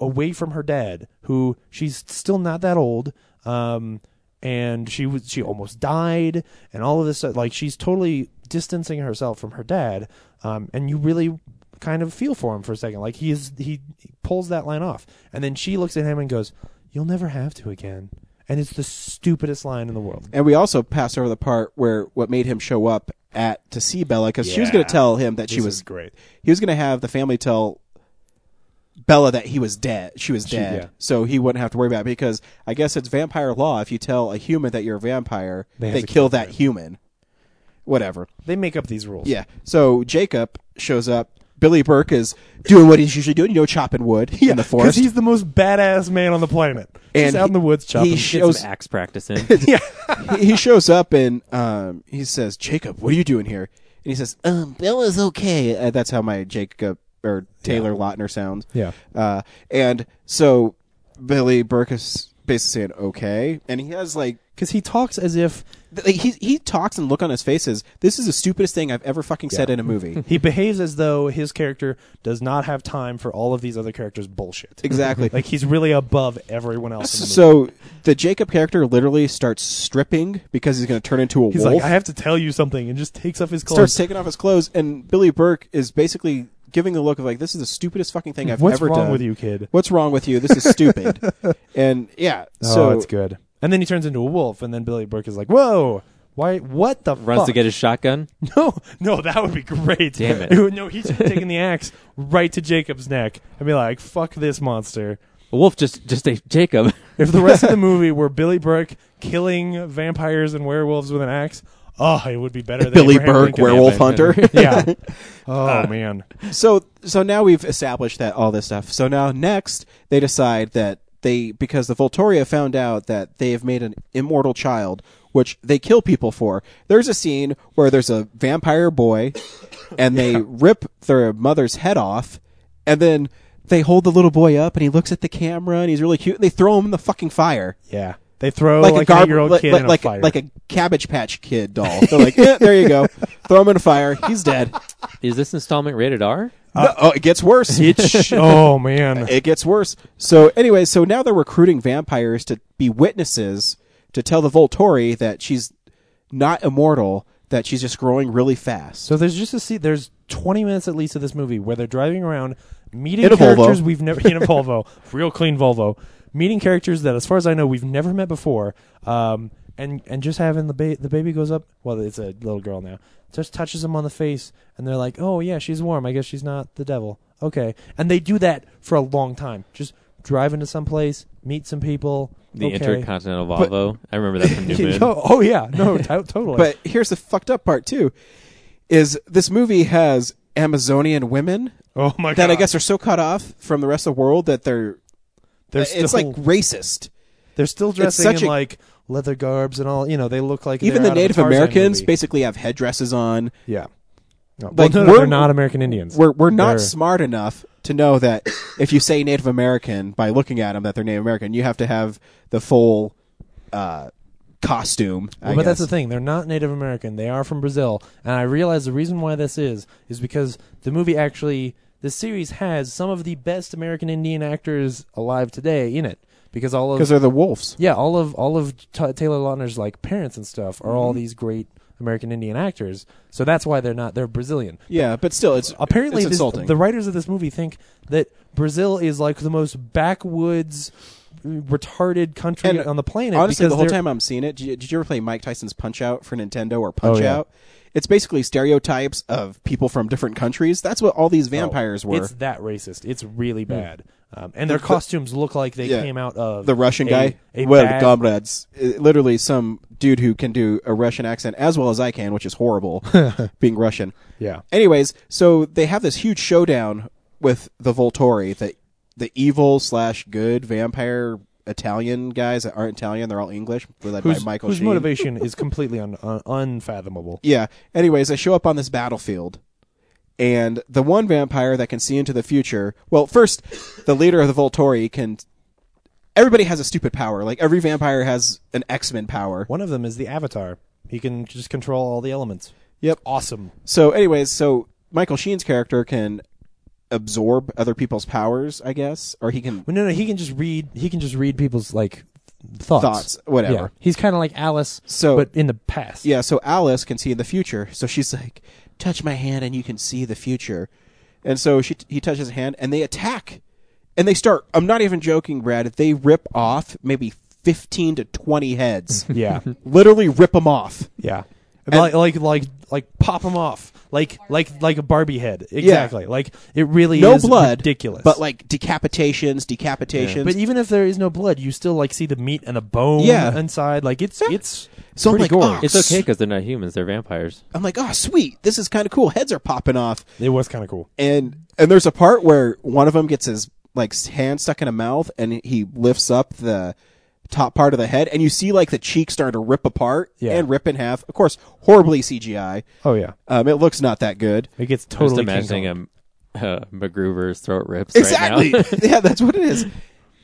away from her dad, who she's still not that old. Um, and she was she almost died, and all of this stuff. Like she's totally distancing herself from her dad. Um, and you really kind of feel for him for a second. Like he is he, he pulls that line off, and then she looks at him and goes, "You'll never have to again." And it's the stupidest line in the world.
And we also passed over the part where what made him show up at to see Bella because she was going
Yeah.
to tell him that she
This
was
is great.
He was going to have the family tell Bella that he was dead. She was
She-
dead,
yeah.
so he wouldn't have to worry about it because I guess it's vampire law. If you tell a human that you're a vampire,
They
they,
have to
kill that human. Whatever.
They make up these rules.
Yeah. So Jacob shows up. Billy Burke is doing what he's usually doing, you know, chopping wood in the
because
forest.
he's the most badass man on the planet. Just
And
out in the woods
he
chopping.
shows-
Some axe practice in.
yeah. he shows up and um, he says, "Jacob, what are you doing here?" And he says, "Um, Bella's okay." Uh, that's how my Jacob or Taylor Lautner sounds.
Yeah.
Uh, and so Billy Burke is basically saying, "Okay," and he has like
because he talks as if
like, he he talks and look on his faces. This is the stupidest thing I've ever fucking said in a movie.
he behaves as though his character does not have time for all of these other characters' bullshit.
Exactly.
like he's really above everyone else. In the movie.
so the Jacob character literally starts stripping because he's going to turn into a
he's
wolf.
like, I have to tell you something, and just takes off his clothes.
starts taking off his clothes, and Billy Burke is basically giving the look of like, "This is the stupidest fucking thing I've
What's
ever
wrong
done."
with you, kid?
What's wrong with you? This is stupid. and yeah,
Oh,
so
that's good. And then he turns into a wolf, and then Billy Burke is like, "Whoa, why? What the
Runs
fuck?"
to get his shotgun.
no, no, that would be great.
Damn it.
no, he's taking the axe right to Jacob's neck and be like, "Fuck this monster."
A wolf just just ate Jacob.
If the rest of the movie were Billy Burke killing vampires and werewolves with an axe, oh, it would be better. than
Billy
Abraham
Burke,
Lincoln.
werewolf hunter.
yeah. Oh
Uh,
man.
So so now we've established that all this stuff. So now next they decide that they because the Voltoria found out that they have made an immortal child, which they kill people for. There's a scene where there's a vampire boy, and they rip their mother's head off, and then they hold the little boy up, and he looks at the camera, and he's really cute, and they throw him in the fucking fire.
Yeah. They throw Oh, like, a
garb-
eight year old
like,
kid
like,
in a
like-
fire.
like a Cabbage Patch Kid doll. They're like, "Eh, there you go, throw him in a fire. He's dead.
Is this installment rated R?
No, oh, it gets worse.
Uh, It sh- oh, man,
it gets worse. So anyway, so now they're recruiting vampires to be witnesses to tell the Volturi that she's not immortal, that she's just growing really fast.
So there's just a scene. There's 20 minutes at least of this movie where they're driving around, meeting
In a Volvo.
characters we've never in a Volvo, real clean Volvo, meeting characters that, as far as I know, we've never met before. Um, and and just having the ba- the baby goes up. Well, it's a little girl now. Just touches him on the face, and they're like, "Oh yeah, she's warm. I guess she's not the devil." Okay, and they do that for a long time. Just drive into some place, meet some people.
The
okay.
Intercontinental
But-
Volvo. I remember that from New Moon.
Yo, oh yeah, no, to- totally.
But here's the fucked up part too, is this movie has Amazonian women.
Oh my
That I
God.
guess are so cut off from the rest of the world that they're
They're
it's
still-
like racist.
They're still
It's
dressing
such
in
a-
like leather garbs and all. You know, they look like
even
they're out
the
of a
Native
Tarzan
Americans
movie.
basically have headdresses on.
Yeah. No, well, no, no, they're not American Indians.
We're we're not
They're-
smart enough to know that if you say Native American by looking at them that they're Native American, you have to have the full uh, costume. I
Well, but that's the
guess.
thing; they're not Native American. They are from Brazil, and I realize the reason why this is is because the movie actually, the series has some of the best American Indian actors alive today in it. Because all of
'Cause they're the wolves.
Yeah, all of all of Ta Taylor Lautner's like parents and stuff are all
Mhm.
these great American Indian actors. So that's why they're not they're Brazilian.
Yeah, but still, it's
apparently
it's
this-
insulting.
the writers of this movie think that Brazil is like the most backwoods, retarded country
And
on the planet.
Honestly,
because
the whole
they're-
time I'm seeing it, did you, did you ever play Mike Tyson's Punch Out for Nintendo or Punch
yeah.
Out? It's basically stereotypes of people from different countries. That's what all these vampires were. Mm.
It's that racist. It's really bad. Um, and
The-
their
the-
costumes look like they
Yeah.
came out of
the Russian
a-
guy.
A
well,
bad-
comrades, uh, literally some dude who can do a Russian accent as well as I can, which is horrible, being Russian.
Yeah.
Anyways, so they have this huge showdown with the Volturi, the the evil slash good vampire Italian guys that aren't Italian. They're all English. They're led
whose,
by Michael
whose
Sheen.
motivation is completely un, un, unfathomable.
Yeah. Anyways, I show up on this battlefield, and the one vampire that can see into the future. Well, first, the leader of the Volturi can. Everybody has a stupid power. Like every vampire has an X Men power.
One of them is the Avatar. He can just control all the elements.
Yep.
Awesome.
So, anyways, so Michael Sheen's character can absorb other people's powers, I guess, or he can
No, no, he can just read. He can just read people's like thoughts,
Thoughts, whatever.
Yeah. He's kind of like Alice,
So-
but in the past.
Yeah, so Alice can see in the future. So she's like, "Touch my hand, and you can see the future." And so she he touches his hand, and they attack, and they start. I'm not even joking, Brad. They rip off maybe fifteen to twenty heads.
Yeah.
literally rip them off.
Yeah.
And-
like, like like like pop them off like like like a Barbie head exactly like it really
no
is
blood,
ridiculous
but like decapitations, decapitations.
but even if there is no blood you still like see the meat and the bone
Yeah.
inside like it's it's
So I'm
pretty
like,
gory
oh, It's okay
because they're not humans; they're vampires.
I'm like, oh, sweet, this is kind of cool. Heads are popping off.
It was kind of cool.
And and there's a part where one of them gets his like s- hand stuck in a mouth, and he lifts up the top part of the head, and you see like the cheek starting to rip apart
Yeah.
and rip in half. Of course, horribly CGI.
Oh, yeah.
um, it looks not that good.
It gets
I'm just imagining a uh, MacGruber's throat rips.
exactly.
Right now.
yeah, that's what it is.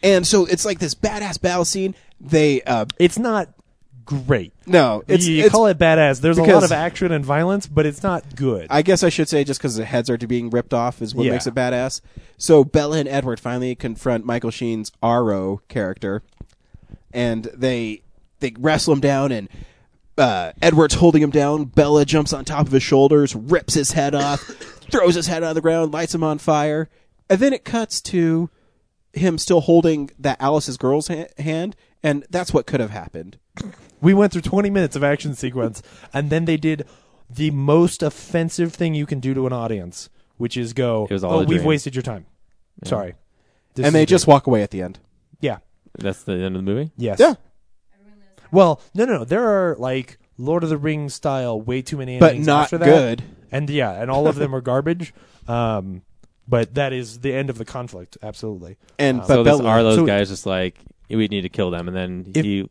And so it's like this badass battle scene. They uh,
it's not great.
No, it's,
you
it's-
call it badass there's a lot
because-
of action and violence but it's not good
I guess I should say just because the heads are being ripped off is what
Yeah.
makes it badass. So Bella and Edward finally confront Michael Sheen's Aro character, and they they wrestle him down, and uh, Edward's holding him down. Bella jumps on top of his shoulders, rips his head off, throws his head on the ground, lights him on fire, and then it cuts to him still holding that Alice's girl's ha- hand, and that's what could have happened.
We went through 20 minutes of action sequence, and then they did the most offensive thing you can do to an audience, which is go,
was all
"Oh,
a
we've
dream."
wasted your time.
Yeah.
Sorry." This is
and they
a
just
dream.
walk away at the end.
Yeah.
That's the end of the movie.
Yes.
Yeah.
Well, no, no, no. There are like Lord of the Rings style, way too many,
But
endings
not
after that.
good.
And yeah, and all of them are garbage. Um, but that is the end of the conflict. Absolutely. Um,
so this Arlo's
So-
guy's just like we need to kill them, and then
If-
he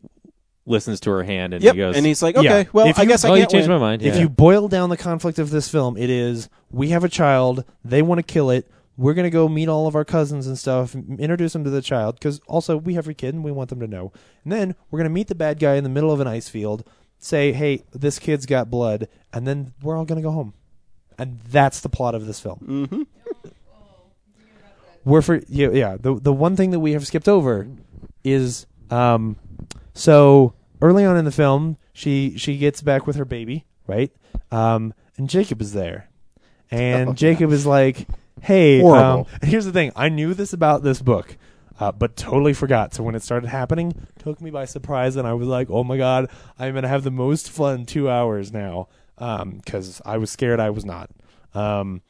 listens to her hand and
Yep,
he goes,
and he's like, okay, well,
If
I
you-
guess I
Oh, you
can't
changed
win.
my mind.
If
yeah.
you boil down the conflict of this film, it is we have a child, they want to kill it. We're going to go meet all of our cousins and stuff, m- introduce them to the child because also we have a kid and we want them to know. And then we're going to meet the bad guy in the middle of an ice field, say, "Hey, this kid's got blood," and then we're all going to go home. And that's the plot of this film.
Mm-hmm.
We're for yeah, yeah. The the one thing that we have skipped over is um so early on in the film she she gets back with her baby, right? Um and Jacob is there. And Jacob is like, "Hey, um,
Horrible.
here's the thing. I knew this about this book, uh, but totally forgot. So when it started happening, took me by surprise, and I was like, "Oh my god, I'm gonna have the most fun two hours now." Because I was scared, I was not. Um,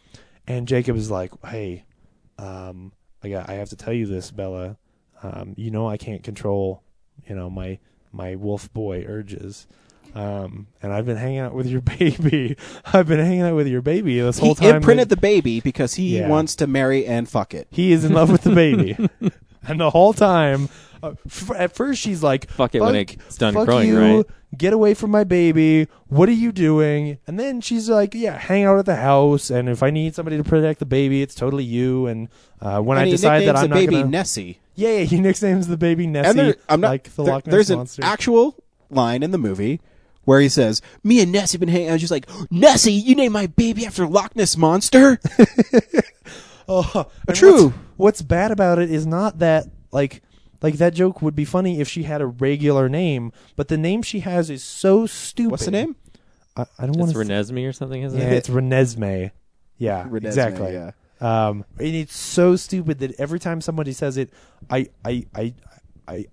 and Jacob is like, "Hey, um, I got, I have to tell you this, Bella. Um, you know I can't control, you know my my wolf boy urges." Um, and I've been hanging out with your baby. I've been hanging out with your baby this whole
he
time.
imprinted
that-
the baby because he
Yeah.
wants to marry and fuck it.
he is in love with the baby, and the whole time, uh, f- at first she's like,
Fuck it when it's done
fuck
growing,
you,
right?
Get away from my baby. What are you doing?" And then she's like, "Yeah, hang out at the house, and if I need somebody to protect the baby, it's totally you." And uh, when
And
I
he
decide that
nicknames
I'm
the
not
baby
gonna,
Nessie.
yeah, yeah, he nicknames the baby Nessie,
and there, I'm not.
like the
there-
Loch Ness
there's
monster.
an actual line in the movie where he says, "Me and Nessie been hanging." I was just like, "Nessie, you named my baby after Loch Ness monster."
Oh, and
true.
What's, what's bad about it is not that like like that joke would be funny if she had a regular name, but the name she has is so stupid.
What's the name?
I, I don't want
it's
to.
Renesmee or something, isn't
yeah,
it?
it's Renesmee. Yeah,
Renesmee,
exactly.
yeah.
Um, and it's so stupid that every time somebody says it, I I I I.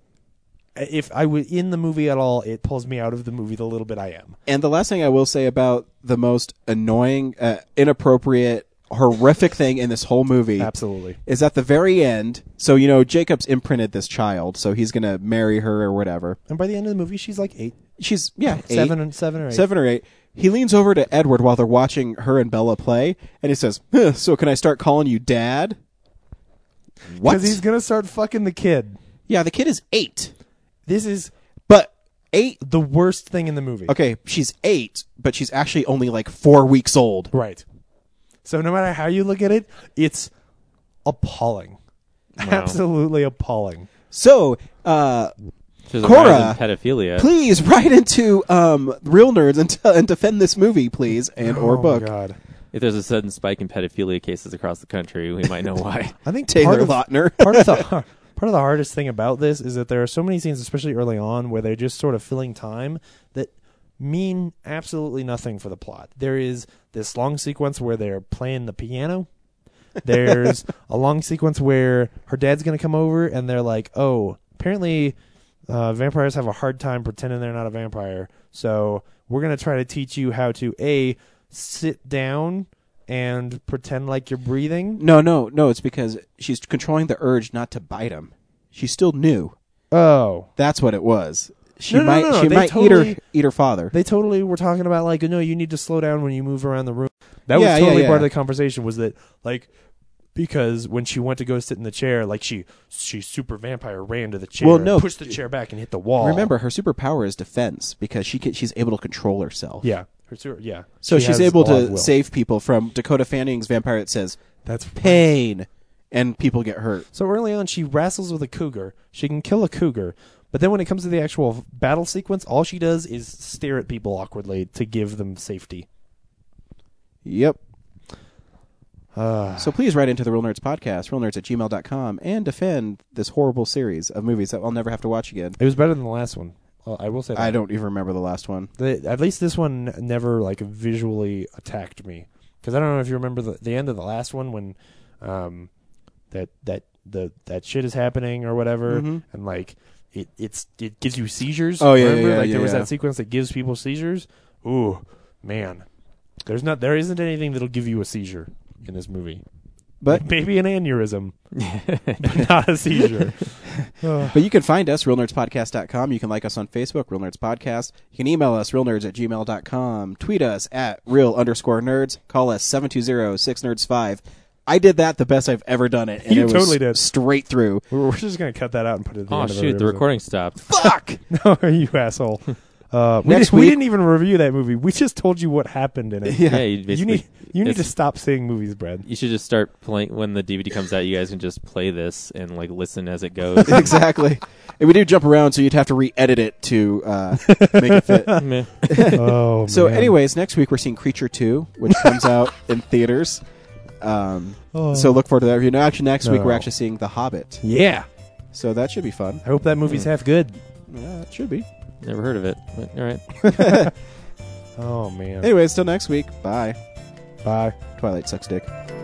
If I was in the movie at all, it pulls me out of the movie the little bit I am.
and the last thing I will say about the most annoying, uh, inappropriate, horrific thing in this whole movie,
Absolutely.
is at the very end. So you know, Jacob's imprinted this child, so he's gonna marry her or whatever.
And by the end of the movie, she's like eight.
She's yeah, eight.
Seven and- seven or eight.
seven or eight. He leans over to Edward while they're watching her and Bella play, and he says, "Huh, "So can I start calling you Dad?" What?
Because he's gonna start fucking the kid.
Yeah, the kid is eight.
This is
but eight
the worst thing in the movie.
Okay, she's eight, but she's actually only like four weeks old.
Right. So no matter how you look at it, it's appalling.
Oh.
Absolutely appalling.
So, uh,
There's a
Cora,
rise in pedophilia.
Please write into um, real nerds and, t- and defend this movie, please, and or
Oh,
book.
God.
If there's a sudden spike in pedophilia cases across the country, we might know why.
I think
Taylor
part
Lautner.
Of, part of the har- part of the hardest thing about this is that there are so many scenes, especially early on, where they're just sort of filling time that mean absolutely nothing for the plot. There is this long sequence where they're playing the piano. There's a long sequence where her dad's going to come over, and they're like, "Oh, apparently." Uh, vampires have a hard time pretending they're not a vampire, so we're gonna try to teach you how to a sit down and pretend like you're breathing,
No, no, no. It's because she's controlling the urge not to bite him. She's still new.
Oh,
that's what it was. She
No, no,
might
no, no,
she
they
might eat
totally-
her eat her father.
They totally were talking about like, no, you need to slow down when you move around the room. That
Yeah,
was
yeah,
totally
yeah.
part of the conversation. Was that like because when she went to go sit in the chair, like she she super vampire ran to the chair,
Well, no,
pushed the chair back and hit the wall.
Remember, her superpower is defense because she can, she's able to control herself.
Yeah, her super, yeah.
So
She
she's
has
able
a lot of
to
will.
save people from Dakota Fanning's vampire that says
that's
pain, and people get hurt.
So early on, she wrestles with a cougar. She can kill a cougar, but then when it comes to the actual battle sequence, all she does is stare at people awkwardly to give them safety.
Yep.
Ah.
so please write into the Real Nerds podcast, realnerds at gmail.com, and defend this horrible series of movies that I'll never have to watch again.
It was better than the last one. Uh, I will say that.
I don't even remember the last one.
The, at least this one n- never like visually attacked me because I don't know if you remember the, the end of the last one when um, that that the that shit is happening or whatever,
Mhm.
and like it it's it gives you seizures.
Oh, yeah, yeah,
remember?
yeah,
like
yeah,
there was
yeah.
that sequence that gives people seizures. Ooh, man, there's not there isn't anything that'll give you a seizure in this movie.
But-
maybe an aneurysm, but not a seizure. Ugh.
but you can find us, realnerdspodcast.com. You can like us on Facebook, Real Nerds Podcast. You can email us, realnerds at gmail.com. Tweet us at real underscore nerds. Call us 720-6nerds5. I did that the best I've ever done it. And
You
it was
totally did.
straight through.
We're, we're just gonna cut that out and put it. At the
Oh
end of
shoot, the
episode.
recording stopped.
no, you asshole. Uh, we,
Next
didn't, we
week-
didn't even review that movie. We just told you what happened in it.
Yeah. Yeah, you basically-
need you need to
it's-
stop seeing movies, Brad.
You should just start playing when the DVD comes out. You guys can just play this and like listen as it goes.
exactly. And we do jump around, so you'd have to re-edit it to uh, make it fit.
Meh.
Oh,
so,
man.
anyways, next week we're seeing Creature Two, which comes out in theaters. Um,
Oh.
So look forward to that review. No, actually, next week
No.
we're actually seeing The Hobbit.
Yeah.
So that should be fun.
I hope that movie's half good.
Yeah, it should be.
Never heard of it. But, all right.
Oh man.
Anyways, till next week. Bye.
Oh, Bye.
Twilight sucks dick.